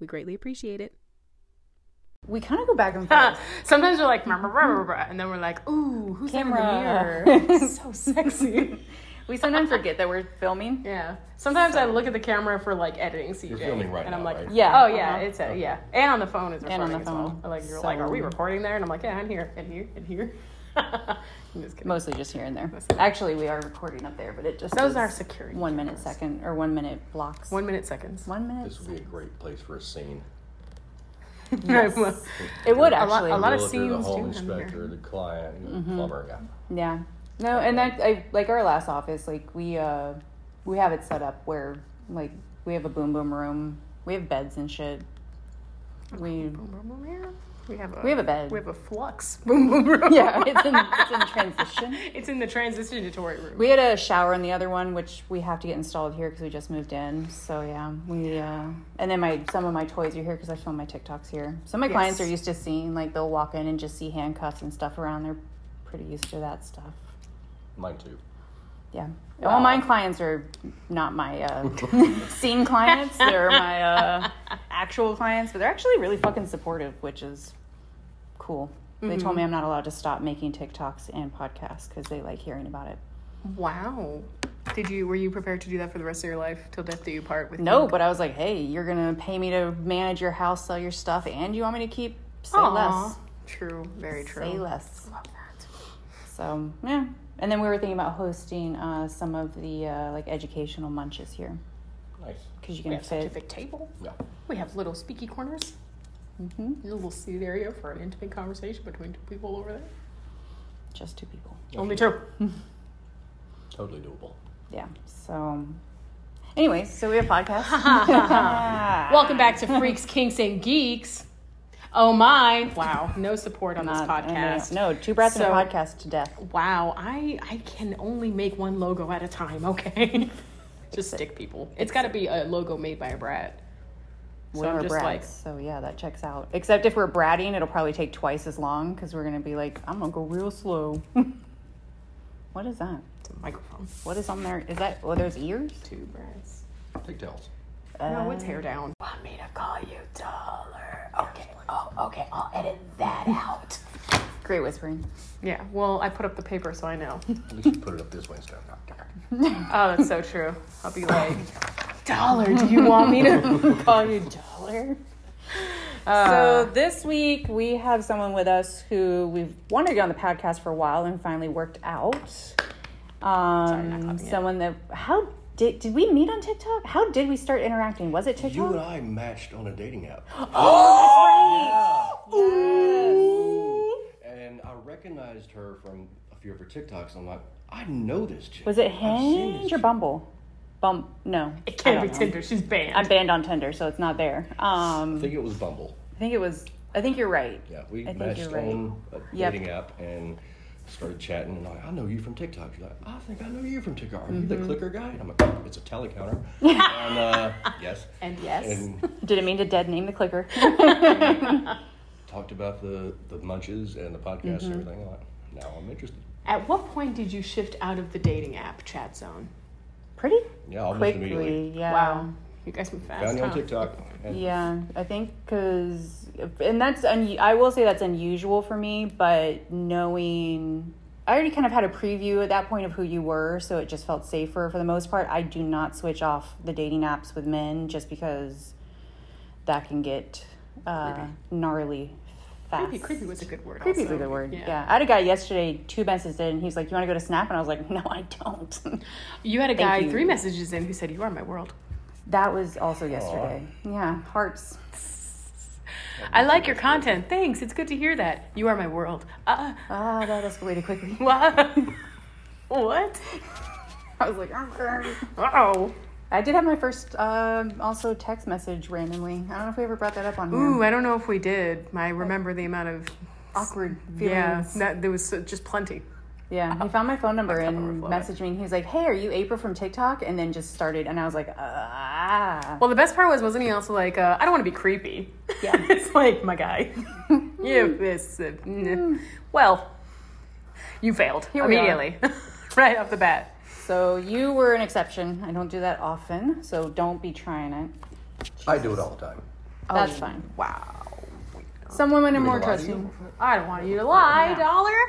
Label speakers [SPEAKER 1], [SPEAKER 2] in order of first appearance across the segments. [SPEAKER 1] We greatly appreciate it.
[SPEAKER 2] We kind of go back and
[SPEAKER 3] Huh.
[SPEAKER 2] forth.
[SPEAKER 3] Sometimes we're like, "Rah, rah, rah, rah, rah," and then we're like, ooh, who's that in
[SPEAKER 2] Camera.
[SPEAKER 3] the mirror?
[SPEAKER 2] so sexy.
[SPEAKER 3] we sometimes forget.
[SPEAKER 2] Forget that we're filming.
[SPEAKER 3] Yeah. Sometimes I look at the camera for like editing CJ.
[SPEAKER 4] filming right
[SPEAKER 3] and I'm
[SPEAKER 4] now,
[SPEAKER 3] like,
[SPEAKER 4] right?
[SPEAKER 2] Yeah,
[SPEAKER 3] Oh yeah,
[SPEAKER 2] uh-huh.
[SPEAKER 3] it's a, yeah. And on the phone is recording
[SPEAKER 2] on the
[SPEAKER 3] as well.
[SPEAKER 2] phone.
[SPEAKER 3] Like you're
[SPEAKER 2] So-
[SPEAKER 3] like, are we recording there? And I'm like, yeah, I'm here, and here, and here. I'm just kidding.
[SPEAKER 2] Mostly just here and there. Actually, we are recording up there, but it just
[SPEAKER 3] Those
[SPEAKER 2] is
[SPEAKER 3] are security
[SPEAKER 2] one minute second or one minute blocks.
[SPEAKER 3] One minute seconds.
[SPEAKER 2] one minute.
[SPEAKER 4] This would be a great place for a scene.
[SPEAKER 3] Yes.
[SPEAKER 2] It would
[SPEAKER 3] A lot-
[SPEAKER 2] actually.
[SPEAKER 3] a lot of
[SPEAKER 4] Realtor,
[SPEAKER 3] scenes
[SPEAKER 4] The
[SPEAKER 3] do
[SPEAKER 4] home
[SPEAKER 3] happen here. Mm-hmm.
[SPEAKER 4] inspector, the client, the plumber. Yeah.
[SPEAKER 2] Yeah. No, and that I like our last office, like we uh we have it set up where like we have a boom boom room. We have beds and shit. We
[SPEAKER 3] We have a
[SPEAKER 2] We have a bed.
[SPEAKER 3] We have a flux. Boom boom room.
[SPEAKER 2] Yeah, it's in it's in transition.
[SPEAKER 3] It's in the transitionatory room.
[SPEAKER 2] We had a shower in the other one, which we have to get installed here because we just moved in. So yeah, we uh, and then my some of my toys are here because I film my TikToks here. So my clients are
[SPEAKER 3] Yes.
[SPEAKER 2] used to seeing like they'll walk in and just see handcuffs and stuff around. They're pretty used to that stuff.
[SPEAKER 4] Mine too.
[SPEAKER 2] Yeah. All my clients are not my uh, scene clients. They're my uh, actual clients, but they're actually really fucking supportive, which is cool. They told me I'm not allowed to stop making TikToks and podcasts because they like hearing about it.
[SPEAKER 3] Wow. Did you were you prepared to do that for the rest of your life till death do you part with
[SPEAKER 2] No, but I was like, hey, you're going to pay me to manage your house, sell your stuff, and you want me to keep? Say
[SPEAKER 3] Aw. True, very
[SPEAKER 2] less. Say
[SPEAKER 3] true.
[SPEAKER 2] less.
[SPEAKER 3] Love that.
[SPEAKER 2] So, yeah. And then we were thinking about hosting uh, some of the uh, like educational munches here
[SPEAKER 4] Nice.
[SPEAKER 2] because you
[SPEAKER 3] We
[SPEAKER 2] can
[SPEAKER 3] have such a
[SPEAKER 2] fit.
[SPEAKER 3] big table.
[SPEAKER 4] Yeah.
[SPEAKER 3] We have little speaky corners.
[SPEAKER 2] Mhm.
[SPEAKER 3] A little seated area for an intimate conversation between two people over there.
[SPEAKER 2] Just two people.
[SPEAKER 3] Only two.
[SPEAKER 4] Totally doable.
[SPEAKER 2] yeah. So, anyways, so we have podcasts.
[SPEAKER 3] Welcome back to Freaks, Kinks, and Geeks. Oh my! Wow, no support on this
[SPEAKER 2] Not-
[SPEAKER 3] podcast.
[SPEAKER 2] No, no, two brats in
[SPEAKER 3] So-
[SPEAKER 2] a podcast to death.
[SPEAKER 3] Wow, I I can only make one logo at a time. Okay, just stick people. It's got to be a logo made by a brat. So
[SPEAKER 2] when
[SPEAKER 3] I'm
[SPEAKER 2] we're
[SPEAKER 3] just
[SPEAKER 2] brats.
[SPEAKER 3] like,
[SPEAKER 2] so yeah, that checks out. Except if we're bratting, it'll probably take twice as long because we're gonna be like, I'm gonna go real slow. what is that?
[SPEAKER 3] it's a microphone.
[SPEAKER 2] What is on there? Is that oh, there's ears?
[SPEAKER 3] Two brats.
[SPEAKER 4] Pigtails.
[SPEAKER 3] no, it's
[SPEAKER 2] Um,
[SPEAKER 3] hair down. Want me to call you taller? Okay. Oh, okay. I'll edit that out.
[SPEAKER 2] Great whispering.
[SPEAKER 3] Yeah. Well, I put up the paper, so I know.
[SPEAKER 4] At least you put it up this way instead of
[SPEAKER 3] Oh, that's so true. I'll be like, Dollar, do you want me to?
[SPEAKER 2] Call you dollar. so this week we have someone with us who we've wanted to get on the podcast for a while and finally worked out. Um, someone that how did did we meet on TikTok? How did we start interacting? Was it TikTok?
[SPEAKER 4] You and I matched on a dating app. And I recognized her from a few of her TikToks. I'm like, I know this chick.
[SPEAKER 2] Was it
[SPEAKER 4] I've seen this
[SPEAKER 2] Hinge or
[SPEAKER 4] chick.
[SPEAKER 2] Bumble? Bump? No,
[SPEAKER 3] It can't be
[SPEAKER 2] know.
[SPEAKER 3] Tinder. She's banned.
[SPEAKER 2] I'm banned on Tinder, so it's not there.
[SPEAKER 4] I
[SPEAKER 2] Um,
[SPEAKER 4] think it was Bumble.
[SPEAKER 2] I think it was. I think you're right.
[SPEAKER 4] Yeah, we
[SPEAKER 2] I think
[SPEAKER 4] matched
[SPEAKER 2] you're right.
[SPEAKER 4] on a
[SPEAKER 2] Yep.
[SPEAKER 4] dating app and started chatting. And like, I know you from TikTok. She's like, I think I know you from TikTok. Are you
[SPEAKER 2] Mm-hmm.
[SPEAKER 4] the clicker guy? And I'm like, it's a tally counter. and uh, yes.
[SPEAKER 3] and yes.
[SPEAKER 4] And
[SPEAKER 2] Didn't mean to dead name the clicker.
[SPEAKER 4] talked about the the munches and the podcast
[SPEAKER 2] Mm-hmm.
[SPEAKER 4] and everything. I'm like, now I'm interested.
[SPEAKER 3] At what point did you shift out of the dating app chat zone?
[SPEAKER 2] Pretty
[SPEAKER 4] Yeah, almost immediately.
[SPEAKER 2] quickly. Yeah.
[SPEAKER 3] Wow. You guys went fast.
[SPEAKER 4] Found you on
[SPEAKER 3] huh?
[SPEAKER 4] TikTok. And
[SPEAKER 2] Yeah, I think because, and that's un- I will say that's unusual for me, but knowing I already kind of had a preview at that point of who you were, so it just felt safer for the most part. I do not switch off the dating apps with men just because that can get uh, gnarly fast.
[SPEAKER 3] Creepy, creepy was a good word.
[SPEAKER 2] Creepy's
[SPEAKER 3] also.
[SPEAKER 2] a good word. Yeah. I had a guy yesterday two messages in. He's like, "You want to go to Snap?" And I was like, "No, I don't."
[SPEAKER 3] You had a guy
[SPEAKER 2] you.
[SPEAKER 3] three messages in who said, "You are my world."
[SPEAKER 2] that was also yesterday. Yeah, hearts.
[SPEAKER 3] I like your content. Thanks. It's good to hear that. You are my world. Uh,
[SPEAKER 2] Ah, that escalated quickly.
[SPEAKER 3] what? what?
[SPEAKER 2] I was like, "Ah, grr."
[SPEAKER 3] Oh.
[SPEAKER 2] I did have my first um, also text message randomly. I don't know if we ever brought that up on here.
[SPEAKER 3] Ooh, I don't know if we did. I remember the amount of
[SPEAKER 2] Awkward
[SPEAKER 3] yeah.
[SPEAKER 2] feelings.
[SPEAKER 3] That, there was so- just plenty.
[SPEAKER 2] Yeah, he found my phone number
[SPEAKER 3] cup
[SPEAKER 2] and
[SPEAKER 3] overflowed.
[SPEAKER 2] messaged me, and he was like, "Hey, are you April from TikTok?" And then just started, and I was like, "Ah."
[SPEAKER 3] Well, the best part was, wasn't he also like, uh, I don't want to be creepy. Yeah, it's like my guy. you this. Uh, mm. Well, you failed
[SPEAKER 2] Here we are.
[SPEAKER 3] immediately, right off the bat.
[SPEAKER 2] So you were an exception. I don't do that often, so don't be trying it.
[SPEAKER 4] I do it all the time.
[SPEAKER 2] That's fine.
[SPEAKER 3] Oh, Wow.
[SPEAKER 2] Some women are more
[SPEAKER 4] Why do
[SPEAKER 2] trusting.
[SPEAKER 4] you?
[SPEAKER 3] I don't want you to lie,
[SPEAKER 2] Yeah.
[SPEAKER 3] dollar.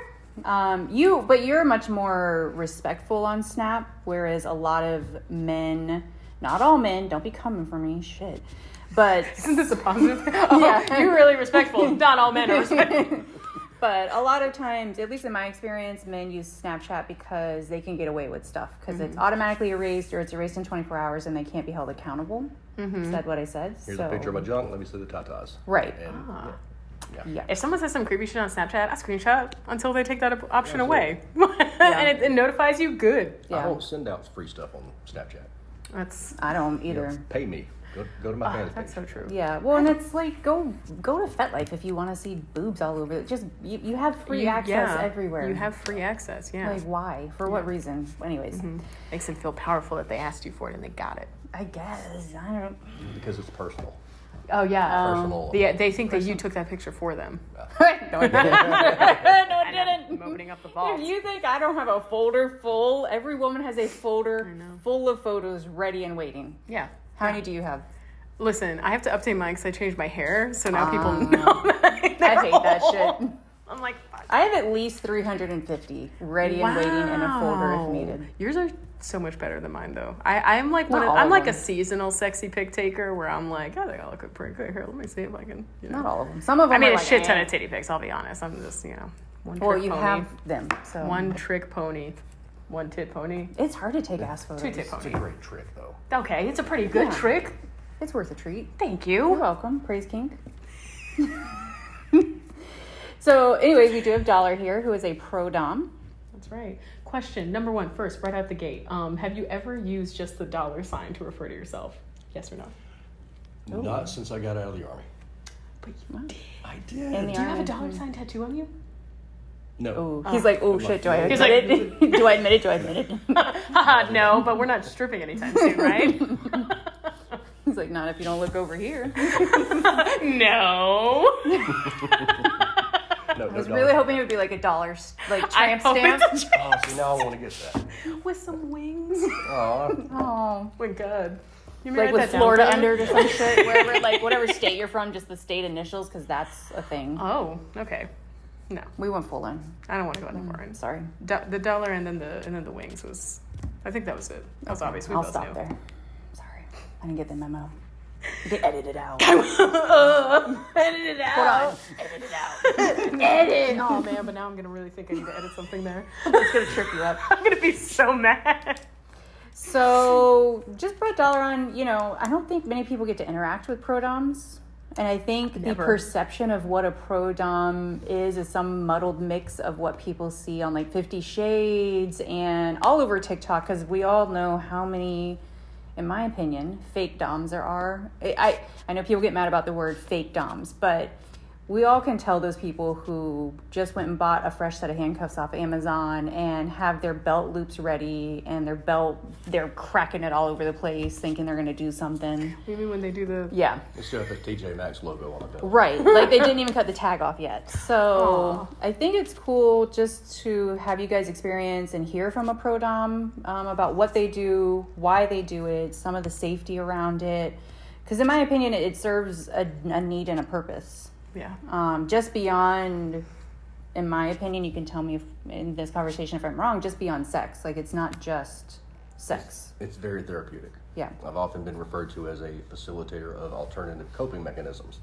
[SPEAKER 2] Um, you, but you're much more respectful on Snap, whereas a lot of men, not all men, don't be coming for me, shit. But
[SPEAKER 3] Isn't this a positive? Oh,
[SPEAKER 2] Yeah.
[SPEAKER 3] You're really respectful. Not all men are respectful.
[SPEAKER 2] but a lot of times, at least in my experience, men use Snapchat because they can get away with stuff because
[SPEAKER 3] Mm-hmm.
[SPEAKER 2] it's automatically erased or it's erased in 24 hours and they can't be held accountable.
[SPEAKER 3] Mm-hmm.
[SPEAKER 2] Said what I said.
[SPEAKER 4] Here's
[SPEAKER 2] so.
[SPEAKER 4] a picture of my junk. Let me see the tatas.
[SPEAKER 2] Right. Ah,
[SPEAKER 4] And
[SPEAKER 3] If someone says some creepy shit on Snapchat, I screenshot until they take that op- option away,
[SPEAKER 2] Yeah.
[SPEAKER 3] and it, it notifies you. Good.
[SPEAKER 4] I
[SPEAKER 2] Yeah.
[SPEAKER 4] don't send out free stuff on Snapchat.
[SPEAKER 3] That's
[SPEAKER 2] I don't either.
[SPEAKER 4] Pay me. Go, go
[SPEAKER 2] Ah,
[SPEAKER 4] to my fans page.
[SPEAKER 3] that's so true.
[SPEAKER 2] Yeah, well, and it's like go go to FetLife if you want to see boobs all over. Just you, you have free
[SPEAKER 3] You-
[SPEAKER 2] access
[SPEAKER 3] yeah,
[SPEAKER 2] everywhere.
[SPEAKER 3] You have free access. Yeah, Mm-hmm.
[SPEAKER 2] like why for what reason? Anyways,
[SPEAKER 3] makes them feel powerful that they asked you for it and they got it.
[SPEAKER 2] I guess I don't.
[SPEAKER 4] Because it's personal.
[SPEAKER 3] Oh yeah.
[SPEAKER 2] Um,
[SPEAKER 4] Personal.
[SPEAKER 3] they, they think that you took that picture for them.
[SPEAKER 2] no, I didn't. no, I
[SPEAKER 3] I'm
[SPEAKER 2] didn't.
[SPEAKER 3] opening up the vault.
[SPEAKER 2] If you think I don't have a folder full, every woman has a folder full of photos ready and waiting.
[SPEAKER 3] yeah.
[SPEAKER 2] How many do you have?
[SPEAKER 3] Listen, I have to update mine because I changed my hair, so now people
[SPEAKER 2] Ah.
[SPEAKER 3] know. That
[SPEAKER 2] I hate that shit.
[SPEAKER 3] I'm like, fuck.
[SPEAKER 2] I have at least 350 ready and waiting in a folder if
[SPEAKER 3] Wow.
[SPEAKER 2] needed.
[SPEAKER 3] Yours are so much better than mine, though. I, I'm like one.
[SPEAKER 2] Not
[SPEAKER 3] Of,
[SPEAKER 2] all
[SPEAKER 3] I'm
[SPEAKER 2] of
[SPEAKER 3] like
[SPEAKER 2] them.
[SPEAKER 3] a seasonal sexy pick taker, where I'm like, oh, they all look pretty good here. Let me see if I can. You know.
[SPEAKER 2] Not all of them. Some of them.
[SPEAKER 3] I made
[SPEAKER 2] are
[SPEAKER 3] a
[SPEAKER 2] like,
[SPEAKER 3] shit ton
[SPEAKER 2] eh.
[SPEAKER 3] of titty pics. I'll be honest. I'm just you know. One
[SPEAKER 2] Well,
[SPEAKER 3] trick
[SPEAKER 2] you
[SPEAKER 3] pony.
[SPEAKER 2] have them. So
[SPEAKER 3] one trick pony, one tit pony,
[SPEAKER 2] It's hard to take ass
[SPEAKER 3] two
[SPEAKER 2] photos.
[SPEAKER 3] tit
[SPEAKER 4] It's a
[SPEAKER 3] pony.
[SPEAKER 4] great trick, though.
[SPEAKER 3] Okay, it's a pretty good trick.
[SPEAKER 2] It's worth a treat.
[SPEAKER 3] Thank
[SPEAKER 2] You're
[SPEAKER 3] you.
[SPEAKER 2] welcome. Praise King. so, anyways, we do have Dollar here, who is a pro dom.
[SPEAKER 3] That's right. Question number one, first, right out the gate. Um, have you ever used just the dollar sign to refer to yourself? Yes or no?
[SPEAKER 4] Not since I got out of the army.
[SPEAKER 3] But you did.
[SPEAKER 4] I did.
[SPEAKER 2] In the
[SPEAKER 3] Do you have a
[SPEAKER 2] army.
[SPEAKER 3] dollar sign tattoo on you?
[SPEAKER 4] no.
[SPEAKER 2] Ooh, he's like, oh shit, do I admit
[SPEAKER 3] He's like-
[SPEAKER 2] it? do I admit it? Do I admit it?
[SPEAKER 3] Haha, Uh, no, but we're not stripping anytime soon, right?
[SPEAKER 2] he's like, not if you don't look over here.
[SPEAKER 3] no.
[SPEAKER 4] no,
[SPEAKER 2] Oh, I was really hoping it would be like a dollar, s- like
[SPEAKER 3] I
[SPEAKER 2] tramp
[SPEAKER 3] hope
[SPEAKER 2] stamp.
[SPEAKER 3] it's a
[SPEAKER 4] Oh, see, now I want to get that.
[SPEAKER 3] tramp with some wings. Oh
[SPEAKER 4] Oh,
[SPEAKER 2] Oh,
[SPEAKER 3] my god. You
[SPEAKER 2] like
[SPEAKER 3] may write
[SPEAKER 2] with
[SPEAKER 3] that down,
[SPEAKER 2] Florida
[SPEAKER 3] babe.
[SPEAKER 2] under it or some shit, wherever, like whatever state you're from, just the state initials, because that's a thing.
[SPEAKER 3] Oh, okay. No,
[SPEAKER 2] We went full in.
[SPEAKER 3] I don't want to go that far in.
[SPEAKER 2] Sorry,
[SPEAKER 3] Do- the dollar and then the and then the wings was I think that was it. That was obvious. We
[SPEAKER 2] I'll
[SPEAKER 3] both
[SPEAKER 2] stop
[SPEAKER 3] knew.
[SPEAKER 2] there. Sorry, I didn't get the memo. Get edited out.
[SPEAKER 3] edit it out.
[SPEAKER 2] Edit it out.
[SPEAKER 3] Edit. Oh man, but now I'm gonna really think I need to edit something there.
[SPEAKER 2] It's gonna trip you up.
[SPEAKER 3] I'm gonna be so mad.
[SPEAKER 2] So just brought Dollar on, you know, I don't think many people get to interact with pro doms. And I think the
[SPEAKER 3] Never.
[SPEAKER 2] perception of what a pro dom is is some muddled mix of what people see on like Fifty Shades and all over TikTok because we all know how many, in my opinion, fake doms there are. I, I I know people get mad about the word fake doms, but we all can tell those people who just went and bought a fresh set of handcuffs off Amazon and have their belt loops ready and their belt they're cracking it all over the place, thinking they're gonna do something.
[SPEAKER 3] You mean when they do the
[SPEAKER 2] Yeah.
[SPEAKER 4] it's just the TJ Maxx logo on the bill.
[SPEAKER 2] Right. Like they didn't even cut the tag off yet. So I think it's cool just to have you guys experience and hear from a pro dom um, about what they do, why they do it, some of the safety around it. Because in my opinion, it, it serves a, a need and a purpose.
[SPEAKER 3] yeah
[SPEAKER 2] Um, just beyond, in my opinion, you can tell me if, in this conversation if I'm wrong. Just beyond sex, like it's not just sex.
[SPEAKER 4] It's very therapeutic.
[SPEAKER 2] Yeah.
[SPEAKER 4] I've often been referred to as a facilitator of alternative coping mechanisms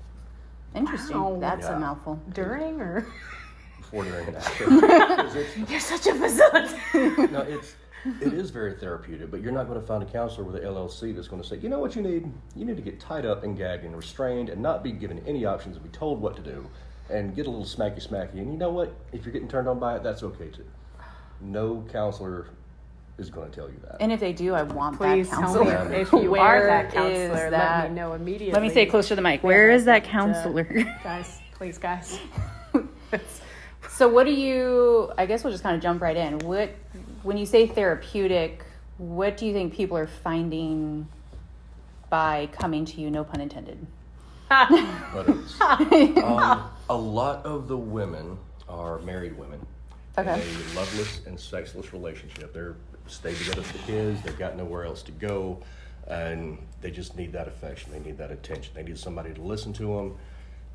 [SPEAKER 2] Interesting.
[SPEAKER 3] Wow.
[SPEAKER 2] That's
[SPEAKER 4] Yeah.
[SPEAKER 2] a mouthful.
[SPEAKER 3] during or
[SPEAKER 4] before, during, and after. 'Cause it's-
[SPEAKER 3] you're such a facilitator.
[SPEAKER 4] no, it's it is very therapeutic, but you're not going to find a counselor with an LLC that's going to say, you know what you need? You need to get tied up and gagged and restrained and not be given any options and be told what to do and get a little smacky smacky. And you know what? If you're getting turned on by it, that's okay too. No counselor is going to tell you that.
[SPEAKER 2] And if they do, I want
[SPEAKER 3] Please
[SPEAKER 2] that
[SPEAKER 3] tell
[SPEAKER 2] counselor.
[SPEAKER 3] me if you are
[SPEAKER 2] Where
[SPEAKER 3] that
[SPEAKER 2] is
[SPEAKER 3] counselor. Let
[SPEAKER 2] that-
[SPEAKER 3] me know immediately.
[SPEAKER 2] Let me say it closer to the mic. Where is that counselor?
[SPEAKER 3] Guys, please, guys.
[SPEAKER 2] so, what do you? I guess we'll just kind of jump right in. What, when you say therapeutic, what do you think people are finding by coming to you? No pun intended.
[SPEAKER 4] But it's, um, a lot of the women are married women.
[SPEAKER 2] Okay.
[SPEAKER 4] In a loveless and sexless relationship. They're stayed together for the kids. They've got nowhere else to go, and they just need that affection. They need that attention. They need somebody to listen to them.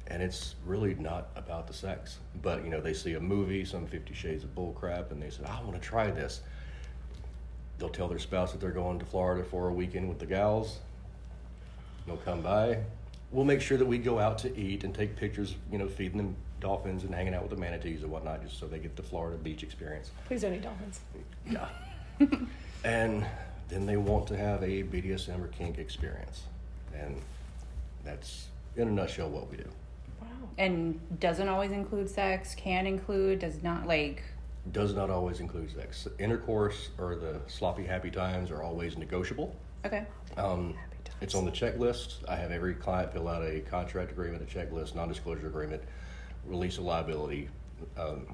[SPEAKER 4] And it's really not about the sex. But you know, they see a movie, some Fifty Shades of Bull crap, and they said, "I want to try this." They'll tell their spouse that they're going to Florida for a weekend with the gals. They'll come by. We'll make sure that we go out to eat and take pictures, you know, feeding them dolphins and hanging out with the manatees and whatnot, just so they get the Florida beach experience.
[SPEAKER 3] Please don't eat dolphins.
[SPEAKER 4] Yeah. and then they want to have a BDSM or kink experience. And that's, in a nutshell, what we do.
[SPEAKER 2] And doesn't always include sex. Can include. Does not like.
[SPEAKER 4] Does not always include sex. Intercourse or the sloppy happy times are always negotiable.
[SPEAKER 2] Okay.
[SPEAKER 4] Um, it's on the checklist. I have every client fill out a contract agreement, a checklist, non-disclosure agreement, release of liability. Um,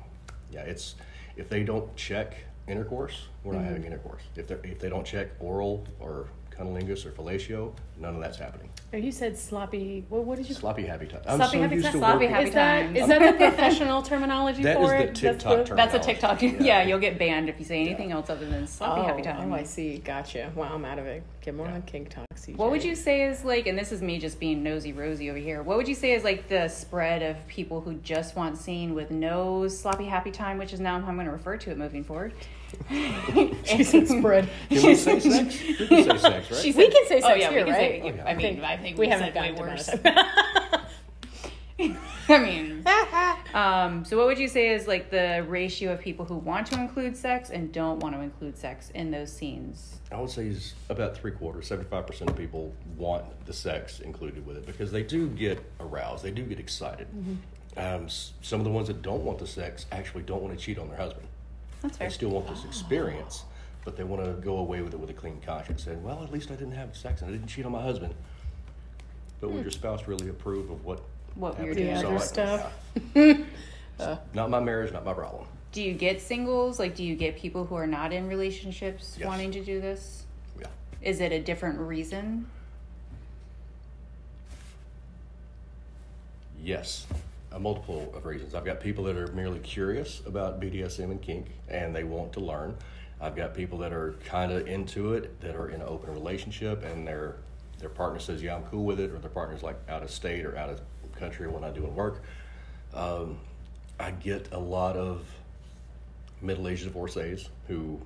[SPEAKER 4] yeah, it's if they don't check intercourse, we're not having intercourse. If they if they don't check oral or cunnilingus or fellatio, none of that's happening.
[SPEAKER 3] Oh, you said sloppy. Well, what did you?
[SPEAKER 4] Sloppy happy time. I'm
[SPEAKER 3] Sloppy
[SPEAKER 4] so
[SPEAKER 3] happy
[SPEAKER 4] used
[SPEAKER 3] time?
[SPEAKER 4] to
[SPEAKER 2] Sloppy
[SPEAKER 4] working-
[SPEAKER 2] happy
[SPEAKER 3] Is that
[SPEAKER 2] times.
[SPEAKER 3] is that the professional terminology
[SPEAKER 4] That is
[SPEAKER 3] for
[SPEAKER 4] the
[SPEAKER 3] it? That's
[SPEAKER 4] TikTok term.
[SPEAKER 2] That's a
[SPEAKER 4] Terminology.
[SPEAKER 2] TikTok. Yeah.
[SPEAKER 4] Yeah,
[SPEAKER 2] you'll get banned if you say anything else other than sloppy
[SPEAKER 3] Oh,
[SPEAKER 2] happy time.
[SPEAKER 3] oh, I see. Gotcha. Wow, I'm out of it. Get more on kink talk. CJ.
[SPEAKER 2] What would you say is like, and this is me just being nosy rosy over here, what would you say is like the spread of people who just want seen with no sloppy happy time, which is now how I'm going to refer to it moving forward?
[SPEAKER 3] She said spread?
[SPEAKER 4] Can we say sex? We can say sex, right?
[SPEAKER 2] She
[SPEAKER 3] We can say
[SPEAKER 2] oh,
[SPEAKER 3] sex
[SPEAKER 2] yeah,
[SPEAKER 3] here,
[SPEAKER 2] we can
[SPEAKER 3] right?
[SPEAKER 2] Say,
[SPEAKER 4] Oh, yeah.
[SPEAKER 2] I mean, I think
[SPEAKER 3] We
[SPEAKER 2] we,
[SPEAKER 3] haven't
[SPEAKER 2] haven't way
[SPEAKER 3] gotten to
[SPEAKER 2] worse.
[SPEAKER 3] that.
[SPEAKER 2] I mean, um, so what would you say is like the ratio of people who want to include sex and don't want to include sex in those scenes?
[SPEAKER 4] I would say is about three quarters, seventy-five percent of people want the sex included with it because they do get aroused, they do get excited.
[SPEAKER 2] Mm-hmm.
[SPEAKER 4] Um, s- some of the ones that don't want the sex actually don't want to cheat on their husband.
[SPEAKER 2] That's fair.
[SPEAKER 4] They still want this experience, but they want to go away with it with a clean conscience, saying, "Well, at least I didn't have sex and I didn't cheat on my husband." But would your spouse really approve of what?
[SPEAKER 2] Hmm. What we were
[SPEAKER 4] happened?
[SPEAKER 2] doing.
[SPEAKER 3] Yeah,
[SPEAKER 4] So
[SPEAKER 3] other
[SPEAKER 4] I-
[SPEAKER 3] stuff.
[SPEAKER 4] yeah. not my marriage, not my problem.
[SPEAKER 2] Do you get singles? Like, do you get people who are not in relationships
[SPEAKER 4] Yes.
[SPEAKER 2] wanting to do this?
[SPEAKER 4] Yeah.
[SPEAKER 2] Is it a different reason?
[SPEAKER 4] Yes, a multiple of reasons. I've got people that are merely curious about BDSM and kink and they want to learn. I've got people that are kind of into it that are in an open relationship and their their partner says, "Yeah, I'm cool with it," or their partner's like out of state or out of country when I do doing work. Um, I get a lot of middle-aged divorcees who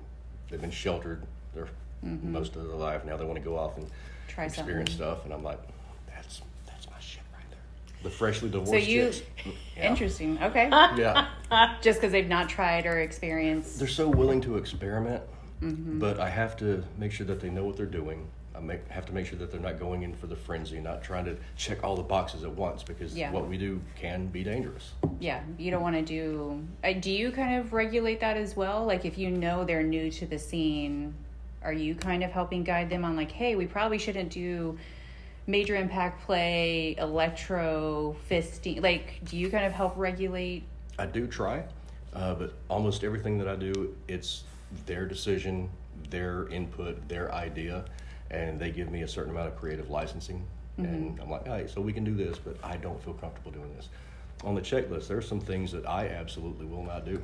[SPEAKER 4] they've been sheltered their most of their life. Now they want to go off and
[SPEAKER 2] Mm-hmm. Try
[SPEAKER 4] experience stuff, and I'm like, that's that's my shit right there. The freshly divorced
[SPEAKER 2] you-
[SPEAKER 4] chicks. Yeah.
[SPEAKER 2] Interesting. Okay.
[SPEAKER 4] yeah,
[SPEAKER 2] Just because they've not tried or experienced.
[SPEAKER 4] they're so willing to experiment, but I have to make sure that they know what they're doing. I make, have to make sure that they're not going in for the frenzy, not trying to check all the boxes at once, because
[SPEAKER 2] Yeah.
[SPEAKER 4] what we do can be dangerous.
[SPEAKER 2] Yeah. You don't want to do. Uh, do you kind of regulate that as well? Like, if you know they're new to the scene, are you kind of helping guide them on, like, hey, we probably shouldn't do major impact play, electro, fisting? Like, do you kind of help regulate?
[SPEAKER 4] I do try, uh, but almost everything that I do, it's their decision, their input, their idea, and they give me a certain amount of creative licensing. And I'm like, all right, so we can do this, but I don't feel comfortable doing this. On the checklist, there are some things that I absolutely will not do.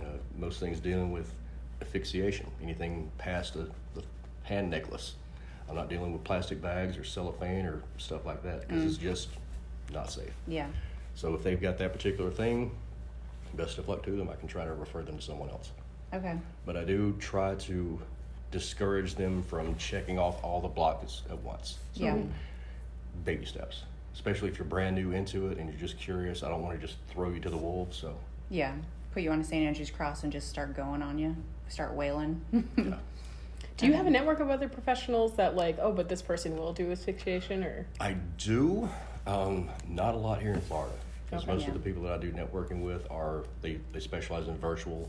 [SPEAKER 4] Uh, most things dealing with asphyxiation, anything past the, the hand necklace. I'm not dealing with plastic bags or cellophane or stuff like that because it's just not safe.
[SPEAKER 2] Yeah.
[SPEAKER 4] So if they've got that particular thing, best of luck to them. I can try to refer them to someone else.
[SPEAKER 2] Okay.
[SPEAKER 4] But I do try to discourage them from checking off all the blocks at once. So
[SPEAKER 2] Yeah.
[SPEAKER 4] baby steps. Especially if you're brand new into it and you're just curious. I don't want to just throw you to the wolves. So
[SPEAKER 2] Yeah, put you on a St. Andrew's cross and just start going on you, start wailing.
[SPEAKER 3] Do you have a network of other professionals that like? Oh, but this person will do asphyxiation or
[SPEAKER 4] I do, um, not a lot here in Florida. Because
[SPEAKER 3] Okay,
[SPEAKER 4] most
[SPEAKER 2] yeah.
[SPEAKER 4] of the people that I do networking with are, they, they specialize in virtual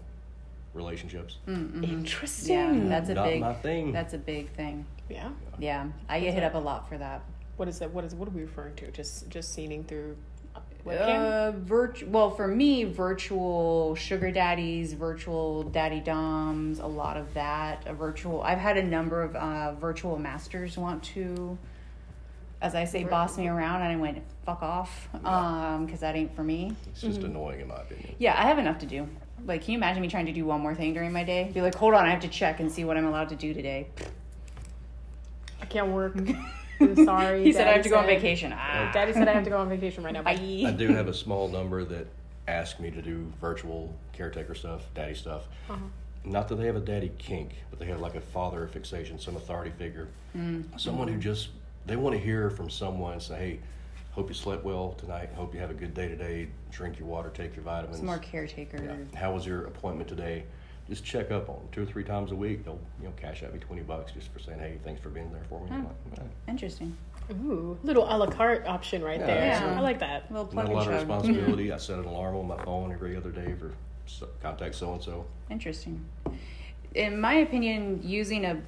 [SPEAKER 4] relationships.
[SPEAKER 3] Mm-hmm.
[SPEAKER 2] Yeah,
[SPEAKER 3] Interesting.
[SPEAKER 2] that's Mm. a
[SPEAKER 4] Not
[SPEAKER 2] big.
[SPEAKER 4] my thing.
[SPEAKER 2] That's a big thing.
[SPEAKER 3] yeah.
[SPEAKER 2] Yeah, I get hit up a lot for that.
[SPEAKER 3] What is that? What is what are we referring to? Just just seeing through uh, webcam.
[SPEAKER 2] Uh, virt- well, for me, virtual sugar daddies, virtual daddy doms, a lot of that. A virtual. I've had a number of uh, virtual masters want to, as I say, boss me around, and I went fuck off, um, because that ain't for me.
[SPEAKER 4] It's just
[SPEAKER 2] Mm-hmm.
[SPEAKER 4] annoying in my opinion.
[SPEAKER 2] Yeah, I have enough to do. Like, can you imagine me trying to do one more thing during my day? Be like, hold on, I have to check and see what I'm allowed to do today.
[SPEAKER 3] I can't work. I'm sorry.
[SPEAKER 2] He said I
[SPEAKER 3] Daddy
[SPEAKER 2] have to go on
[SPEAKER 3] said-
[SPEAKER 2] vacation. Ah,
[SPEAKER 3] Daddy said I have to go on vacation right now. Bye.
[SPEAKER 4] I
[SPEAKER 2] bye.
[SPEAKER 4] do have a small number that ask me to do virtual caretaker stuff, daddy stuff. Not that they have a daddy kink, but they have like a father fixation, some authority figure, someone who just they want to hear from someone say, "Hey, hope you slept well tonight. Hope you have a good day today. Drink your water, take your vitamins.
[SPEAKER 2] It's more caretaker.
[SPEAKER 4] Yeah. How was your appointment today? Just check up on them. two or three times a week. They'll you know cash out me twenty bucks just for saying, "Hey, thanks for being there for me." I'm like, "All right."
[SPEAKER 2] Interesting.
[SPEAKER 3] Ooh, little a la carte option right
[SPEAKER 4] Yeah,
[SPEAKER 3] there.
[SPEAKER 4] Yeah.
[SPEAKER 3] I like that.
[SPEAKER 2] little plug
[SPEAKER 4] Not a
[SPEAKER 2] and
[SPEAKER 4] lot of
[SPEAKER 2] chug.
[SPEAKER 4] responsibility. I set an alarm on my phone every other day for so- contact so and so.
[SPEAKER 2] Interesting. In my opinion, using a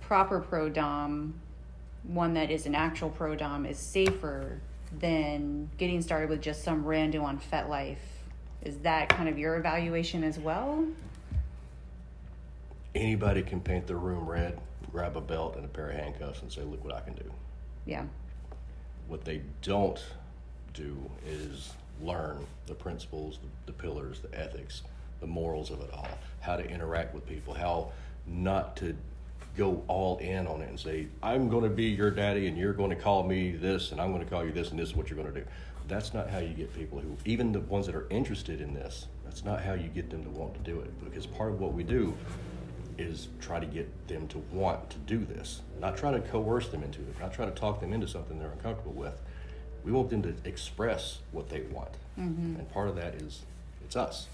[SPEAKER 2] proper pro dom, one that is an actual pro dom, is safer than getting started with just some rando on FetLife. Is that kind of your evaluation as well?
[SPEAKER 4] Anybody can paint their room red, grab a belt and a pair of handcuffs, and say, "Look what I can do."
[SPEAKER 2] Yeah.
[SPEAKER 4] What they don't do is learn the principles, the, the pillars, the ethics, the morals of it all, how to interact with people, how not to go all in on it and say, I'm going to be your daddy and you're going to call me this and I'm going to call you this and this is what you're going to do. That's not how you get people who, even the ones that are interested in this, that's not how you get them to want to do it because part of what we do is try to get them to want to do this, not try to coerce them into it, not try to talk them into something they're uncomfortable with. We want them to express what they want,
[SPEAKER 2] Mm-hmm.
[SPEAKER 4] and part of that is it's us.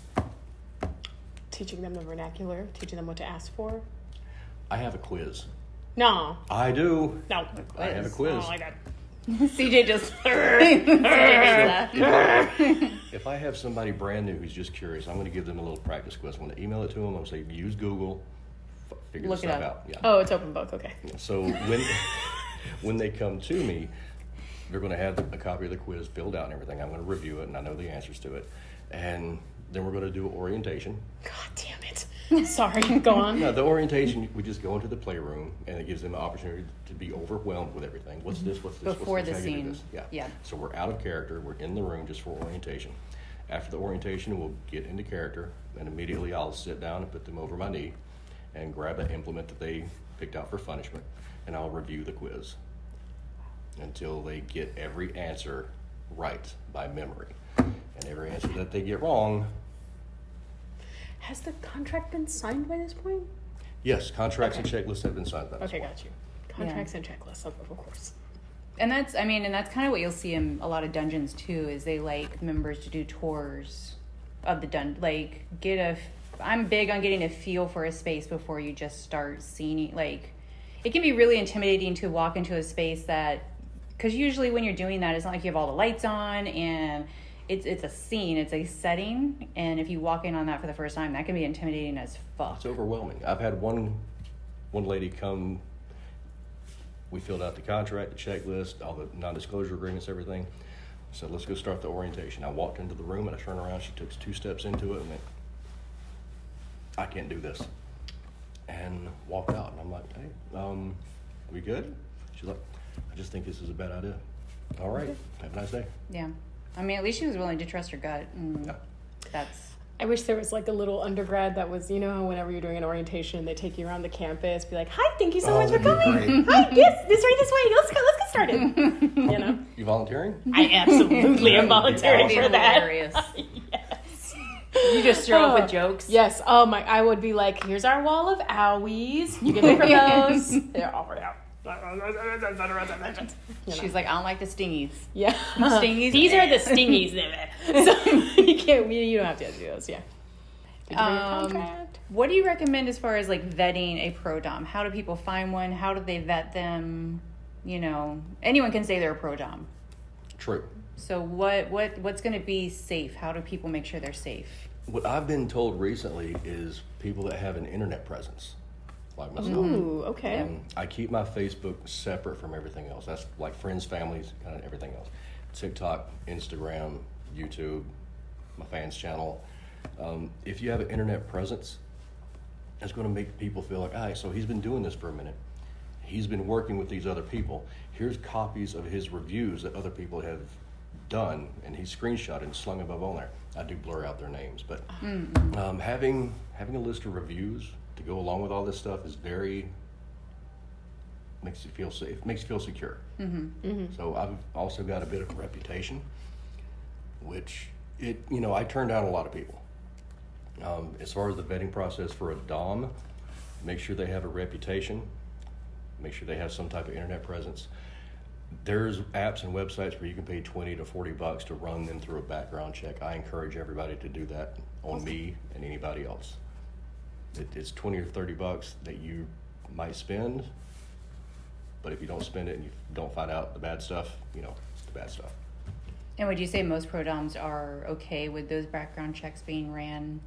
[SPEAKER 3] Teaching them the vernacular, teaching them what to ask for.
[SPEAKER 4] I have a quiz.
[SPEAKER 3] No,
[SPEAKER 4] I do.
[SPEAKER 3] no.
[SPEAKER 4] I have a quiz.
[SPEAKER 3] Oh my god.
[SPEAKER 2] CJ just. CJ does that.
[SPEAKER 4] If I have somebody brand new who's just curious, I'm going to give them a little practice quiz. I'm going to email it to them. I'm going to say, use Google, f- figure
[SPEAKER 2] Look
[SPEAKER 4] this
[SPEAKER 2] it
[SPEAKER 4] stuff
[SPEAKER 2] up.
[SPEAKER 4] out. Yeah.
[SPEAKER 3] Oh, it's open book. Okay.
[SPEAKER 4] So when when they come to me, they're going to have a copy of the quiz filled out and everything. I'm going to review it and I know the answers to it, and then we're going to do orientation.
[SPEAKER 3] God damn it. Sorry. Go on.
[SPEAKER 4] Now the orientation, we just go into the playroom and it gives them an opportunity to be overwhelmed with everything. What's this? What's this?
[SPEAKER 2] Before
[SPEAKER 4] what's this?
[SPEAKER 2] the
[SPEAKER 4] How you do
[SPEAKER 2] scene.
[SPEAKER 4] this? Yeah.
[SPEAKER 2] Yeah.
[SPEAKER 4] So we're out of character. We're in the room just for orientation. After the orientation, we'll get into character, and immediately I'll sit down and put them over my knee, and grab that implement that they picked out for punishment, and I'll review the quiz until they get every answer right by memory, and every answer that they get wrong.
[SPEAKER 3] Has the contract been signed by this point?
[SPEAKER 4] Yes, contracts and checklists have been signed. by this
[SPEAKER 3] Okay,
[SPEAKER 4] point.
[SPEAKER 3] got you. Contracts and checklists, of of course.
[SPEAKER 2] And that's, I mean, and that's kind of what you'll see in a lot of dungeons too, is they like members to do tours of the dungeon. Like, get a, I'm big on getting a feel for a space before you just start seeing, it. like, it can be really intimidating to walk into a space that, because usually when you're doing that, it's not like you have all the lights on and it's, it's a scene, it's a setting. And if you walk in on that for the first time, that can be intimidating as fuck.
[SPEAKER 4] It's overwhelming. I've had one one lady come. We filled out the contract, the checklist, all the non-disclosure agreements, everything. I said, "Let's go start the orientation." I walked into the room and I turned around. She took two steps into it and went, "I can't do this," and walked out. And I'm like, "Hey, um, we good?" She's like, "I just think this is a bad idea." All right, have a nice day.
[SPEAKER 2] Yeah. I mean, at least she was willing to trust her gut. And
[SPEAKER 4] Yeah.
[SPEAKER 2] that's,
[SPEAKER 3] I wish there was like a little undergrad that was, you know, how whenever you're doing an orientation, they take you around the campus, be like, "Hi, thank you so much for coming. Hi, yes, this way, this way. Let's go, let's get started." you know,
[SPEAKER 4] You volunteering?
[SPEAKER 3] I absolutely am volunteering
[SPEAKER 2] That'd
[SPEAKER 3] for
[SPEAKER 2] be
[SPEAKER 3] that.
[SPEAKER 2] hilarious.
[SPEAKER 3] Yes.
[SPEAKER 2] You just throw up
[SPEAKER 3] Oh,
[SPEAKER 2] with jokes.
[SPEAKER 3] Yes. Oh my! I would be like, "Here's our wall of owies. You can look for those. They're all right out." You know.
[SPEAKER 2] She's like, I don't like the stingies.
[SPEAKER 3] Yeah.
[SPEAKER 2] Stingies.
[SPEAKER 3] Uh-huh. These are the stingies. so you can't. You you don't have to do those. Yeah. Did you bring your
[SPEAKER 2] Um,
[SPEAKER 3] contract?
[SPEAKER 2] What do you recommend as far as like vetting a pro dom? How do people find one? How do they vet them? You know, anyone can say they're a pro dom.
[SPEAKER 4] True.
[SPEAKER 2] So what what what's going to be safe? How do people make sure they're safe?
[SPEAKER 4] what I've been told recently is people that have an internet presence, like myself.
[SPEAKER 3] Ooh, okay.
[SPEAKER 4] Um, I keep my Facebook separate from everything else. That's like friends, families, kind of everything else. TikTok, Instagram, YouTube, my fans channel. Um, if you have an internet presence, it's going to make people feel like, all right, so he's been doing this for a minute. He's been working with these other people. Here's copies of his reviews that other people have done, and he screenshot and slung above on there. I do blur out their names, but um, having having a list of reviews to go along with all this stuff is very makes you feel safe, makes you feel secure. So I've also got a bit of a reputation, which it you know I turn down a lot of people. Um, as far as the vetting process for a dom, make sure they have a reputation, make sure they have some type of internet presence. There's apps and websites where you can pay twenty to forty bucks to run them through a background check. I encourage everybody to do that on me and anybody else. It, it's twenty or thirty bucks that you might spend but if you don't spend it and you don't find out the bad stuff, you know, it's the bad stuff.
[SPEAKER 2] And would you say most pro doms are okay with those background checks being ran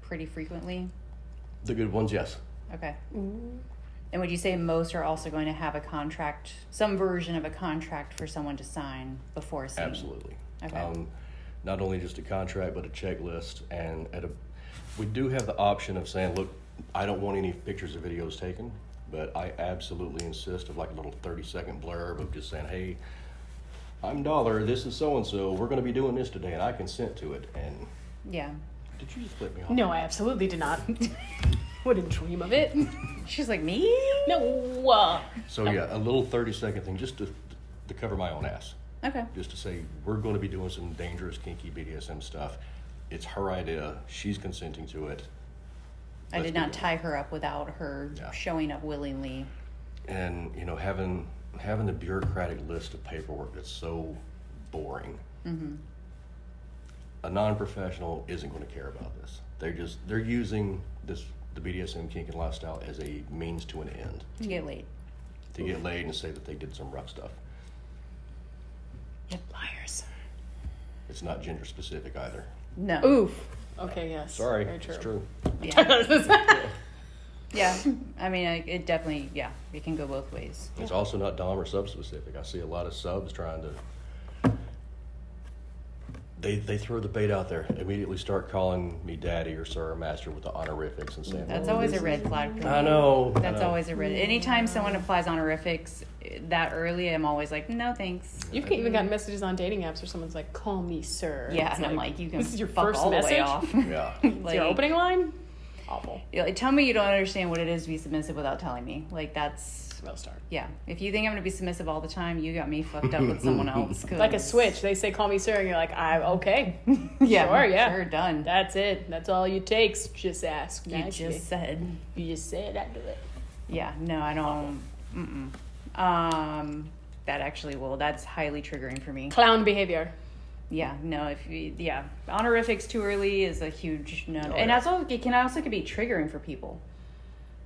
[SPEAKER 2] pretty frequently?
[SPEAKER 4] The good ones, yes.
[SPEAKER 2] Okay.
[SPEAKER 3] Mm-hmm.
[SPEAKER 2] And would you say most are also going to have a contract, some version of a contract for someone to sign before seeing?
[SPEAKER 4] Absolutely.
[SPEAKER 2] Okay.
[SPEAKER 4] Um, not only just a contract, but a checklist. And at a, we do have the option of saying, look, I don't want any pictures or videos taken, but I absolutely insist of like a little 30 second blurb of just saying, hey, I'm Dollar, this is so and so, we're going to be doing this today, and I consent to it. And
[SPEAKER 2] Yeah.
[SPEAKER 4] did you just flip me off?
[SPEAKER 3] No, I absolutely did not. Wouldn't dream of it.
[SPEAKER 2] She's like, me?
[SPEAKER 3] No. uh,
[SPEAKER 4] So, yeah, a little 30 second thing just to, to cover my own ass.
[SPEAKER 2] Okay.
[SPEAKER 4] just to say we're going to be doing some dangerous kinky BDSM stuff. It's her idea. She's consenting to it.
[SPEAKER 2] I
[SPEAKER 4] Let's
[SPEAKER 2] did
[SPEAKER 4] do
[SPEAKER 2] not
[SPEAKER 4] that.
[SPEAKER 2] tie her up without her
[SPEAKER 4] Yeah.
[SPEAKER 2] showing up willingly.
[SPEAKER 4] And you know, having having the bureaucratic list of paperwork that's so boring. A non-professional isn't going to care about this. They're just they're using this the BDSM kink and lifestyle as a means to an end
[SPEAKER 2] to get laid.
[SPEAKER 4] to get laid and say that they did some rough stuff.
[SPEAKER 2] Yep, liars.
[SPEAKER 4] It's not gender specific either.
[SPEAKER 2] No.
[SPEAKER 3] Oof. Okay, yes.
[SPEAKER 4] Sorry,
[SPEAKER 3] Very
[SPEAKER 4] it's true.
[SPEAKER 2] Yeah. yeah. I mean, I, it definitely, yeah, it can go both ways.
[SPEAKER 4] It's also not dom or sub specific. I see a lot of subs trying to. They, they throw the bait out there. Immediately start calling me daddy or sir or master with the honorifics and saying,
[SPEAKER 2] That's
[SPEAKER 4] "Oh,
[SPEAKER 2] always
[SPEAKER 4] this-
[SPEAKER 2] a red flag for me.
[SPEAKER 4] I know. I
[SPEAKER 2] Mm-hmm. That's
[SPEAKER 4] know.
[SPEAKER 2] always a red. Anytime someone applies honorifics eh, that early, I'm always like, no thanks.
[SPEAKER 3] You've even gotten messages on dating apps where someone's like, call me sir.
[SPEAKER 2] Yeah,
[SPEAKER 3] It's
[SPEAKER 2] and I'm like, you can
[SPEAKER 3] this is your
[SPEAKER 2] fuck
[SPEAKER 3] first
[SPEAKER 2] all the way
[SPEAKER 3] message?
[SPEAKER 2] off.
[SPEAKER 4] Yeah.
[SPEAKER 3] it's your opening line? Awful.
[SPEAKER 2] you know, tell me you don't understand what it is to be submissive without telling me. Like that's
[SPEAKER 3] No star.
[SPEAKER 2] yeah. If you think I'm gonna be submissive all the time, you got me fucked up with someone else. 'cause-
[SPEAKER 3] Like a switch. They say, call me sir, and you're like, I, okay.
[SPEAKER 2] yeah,
[SPEAKER 3] Sure, yeah.
[SPEAKER 2] sure, done.
[SPEAKER 3] That's it. That's all you takes. Just ask.
[SPEAKER 2] you
[SPEAKER 3] nicely.
[SPEAKER 2] just said.
[SPEAKER 3] you just said I do it.
[SPEAKER 2] Yeah, no, I don't. Mm-mm. Um, that actually will. That's highly triggering for me.
[SPEAKER 3] Clown behavior.
[SPEAKER 2] Yeah, no, if you, yeah, honorifics too early is a huge no,
[SPEAKER 3] Oh,
[SPEAKER 2] and
[SPEAKER 4] yeah.
[SPEAKER 2] also it can also could be triggering for people.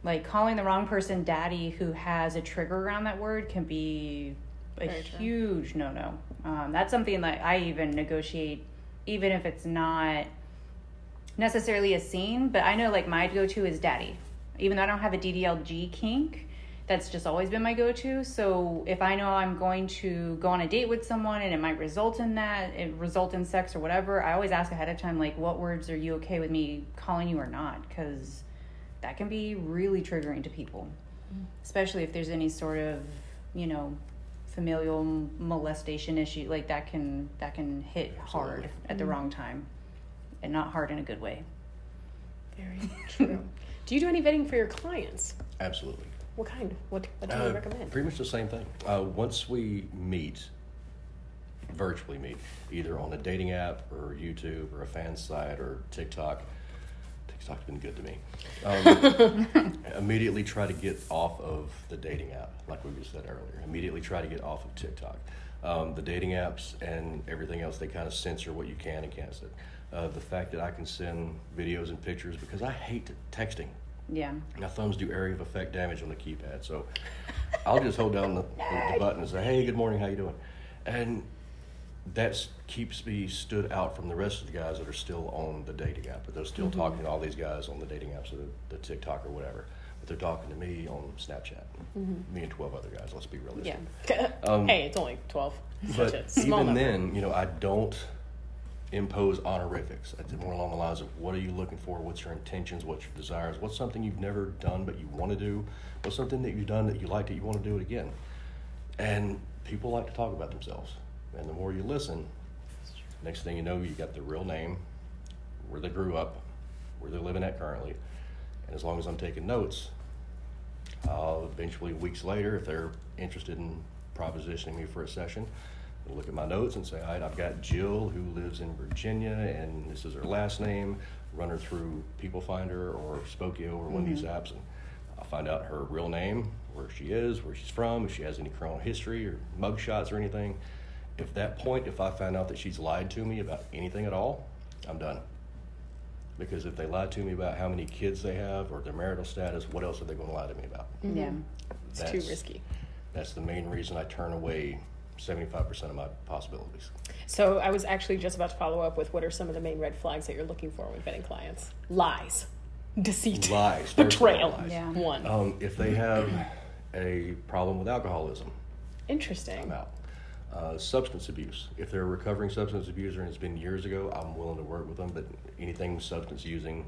[SPEAKER 2] Like calling the wrong person daddy who has a trigger around that word can be a
[SPEAKER 3] Very true.
[SPEAKER 2] huge no no. Um, that's something that I even negotiate, even if it's not necessarily a scene, but I know like my go to is daddy. Even though I don't have a DDLG kink, that's just always been my go to. So if I know I'm going to go on a date with someone and it might result in that, it result in sex or whatever, I always ask ahead of time, like, what words are you okay with me calling you or not? Because that can be really triggering to people, especially if there's any sort of, you know, familial molestation issue like that can that can hit hard
[SPEAKER 4] Absolutely.
[SPEAKER 2] at the wrong time and not hard in a good way.
[SPEAKER 3] Very true. do you do any vetting for your clients?
[SPEAKER 4] Absolutely.
[SPEAKER 3] What kind? What, what do
[SPEAKER 4] Uh,
[SPEAKER 3] you recommend?
[SPEAKER 4] Pretty much the same thing. Uh, once we meet, virtually meet, either on a dating app or YouTube or a fan site or TikTok. TikTok's been good to me. Um, immediately try to get off of the dating app, like we just said earlier. Immediately try to get off of TikTok. Um, the dating apps and everything else, they kind of censor what you can and can't say. Uh, the fact that I can send videos and pictures because I hate texting.
[SPEAKER 2] Yeah.
[SPEAKER 4] My thumbs do area of effect damage on the keypad, so I'll just hold down the, the, the button and say, "Hey, good morning, how you doing?" And that keeps me stood out from the rest of the guys that are still on the dating app. But they're still talking to all these guys on the dating apps, or the, the TikTok or whatever. But they're talking to me on Snapchat. Me and twelve other guys. Let's be realistic.
[SPEAKER 3] Yeah. hey, it's only 12. Such a
[SPEAKER 4] Um, But
[SPEAKER 3] small
[SPEAKER 4] even
[SPEAKER 3] number.
[SPEAKER 4] then, you know, I don't impose honorifics. I think more along the lines of what are you looking for? What's your intentions? What's your desires? What's something you've never done but you want to do? What's something that you've done that you like that you want to do it again? And people like to talk about themselves. And the more you listen, next thing you know, you got their real name, where they grew up, where they're living at currently. And as long as I'm taking notes, I'll eventually, weeks later, if they're interested in propositioning me for a session, they'll look at my notes and say, all right, I've got Jill who lives in Virginia and this is her last name. Run her through People Finder or Spokio or one of these apps and I'll find out her real name, where she is, where she's from, if she has any criminal history or mug shots or anything. If that point, if I find out that she's lied to me about anything at all, I'm done. Because if they lie to me about how many kids they have or their marital status, what else are they going to lie to me about?
[SPEAKER 2] Yeah.
[SPEAKER 3] It's too
[SPEAKER 4] That's-
[SPEAKER 3] risky.
[SPEAKER 4] That's the main reason I turn away 75% of my possibilities.
[SPEAKER 3] So I was actually just about to follow up with what are some of the main red flags that you're looking for when vetting clients? Lies, deceit,
[SPEAKER 4] Lies, first of all,
[SPEAKER 3] betrayal.
[SPEAKER 4] lies.
[SPEAKER 2] Yeah.
[SPEAKER 3] One.
[SPEAKER 4] Um, if they have a problem with alcoholism,
[SPEAKER 3] Interesting.
[SPEAKER 4] I'm out. Uh, substance abuse. If they're a recovering substance abuser and it's been years ago, I'm willing to work with them, but anything substance using,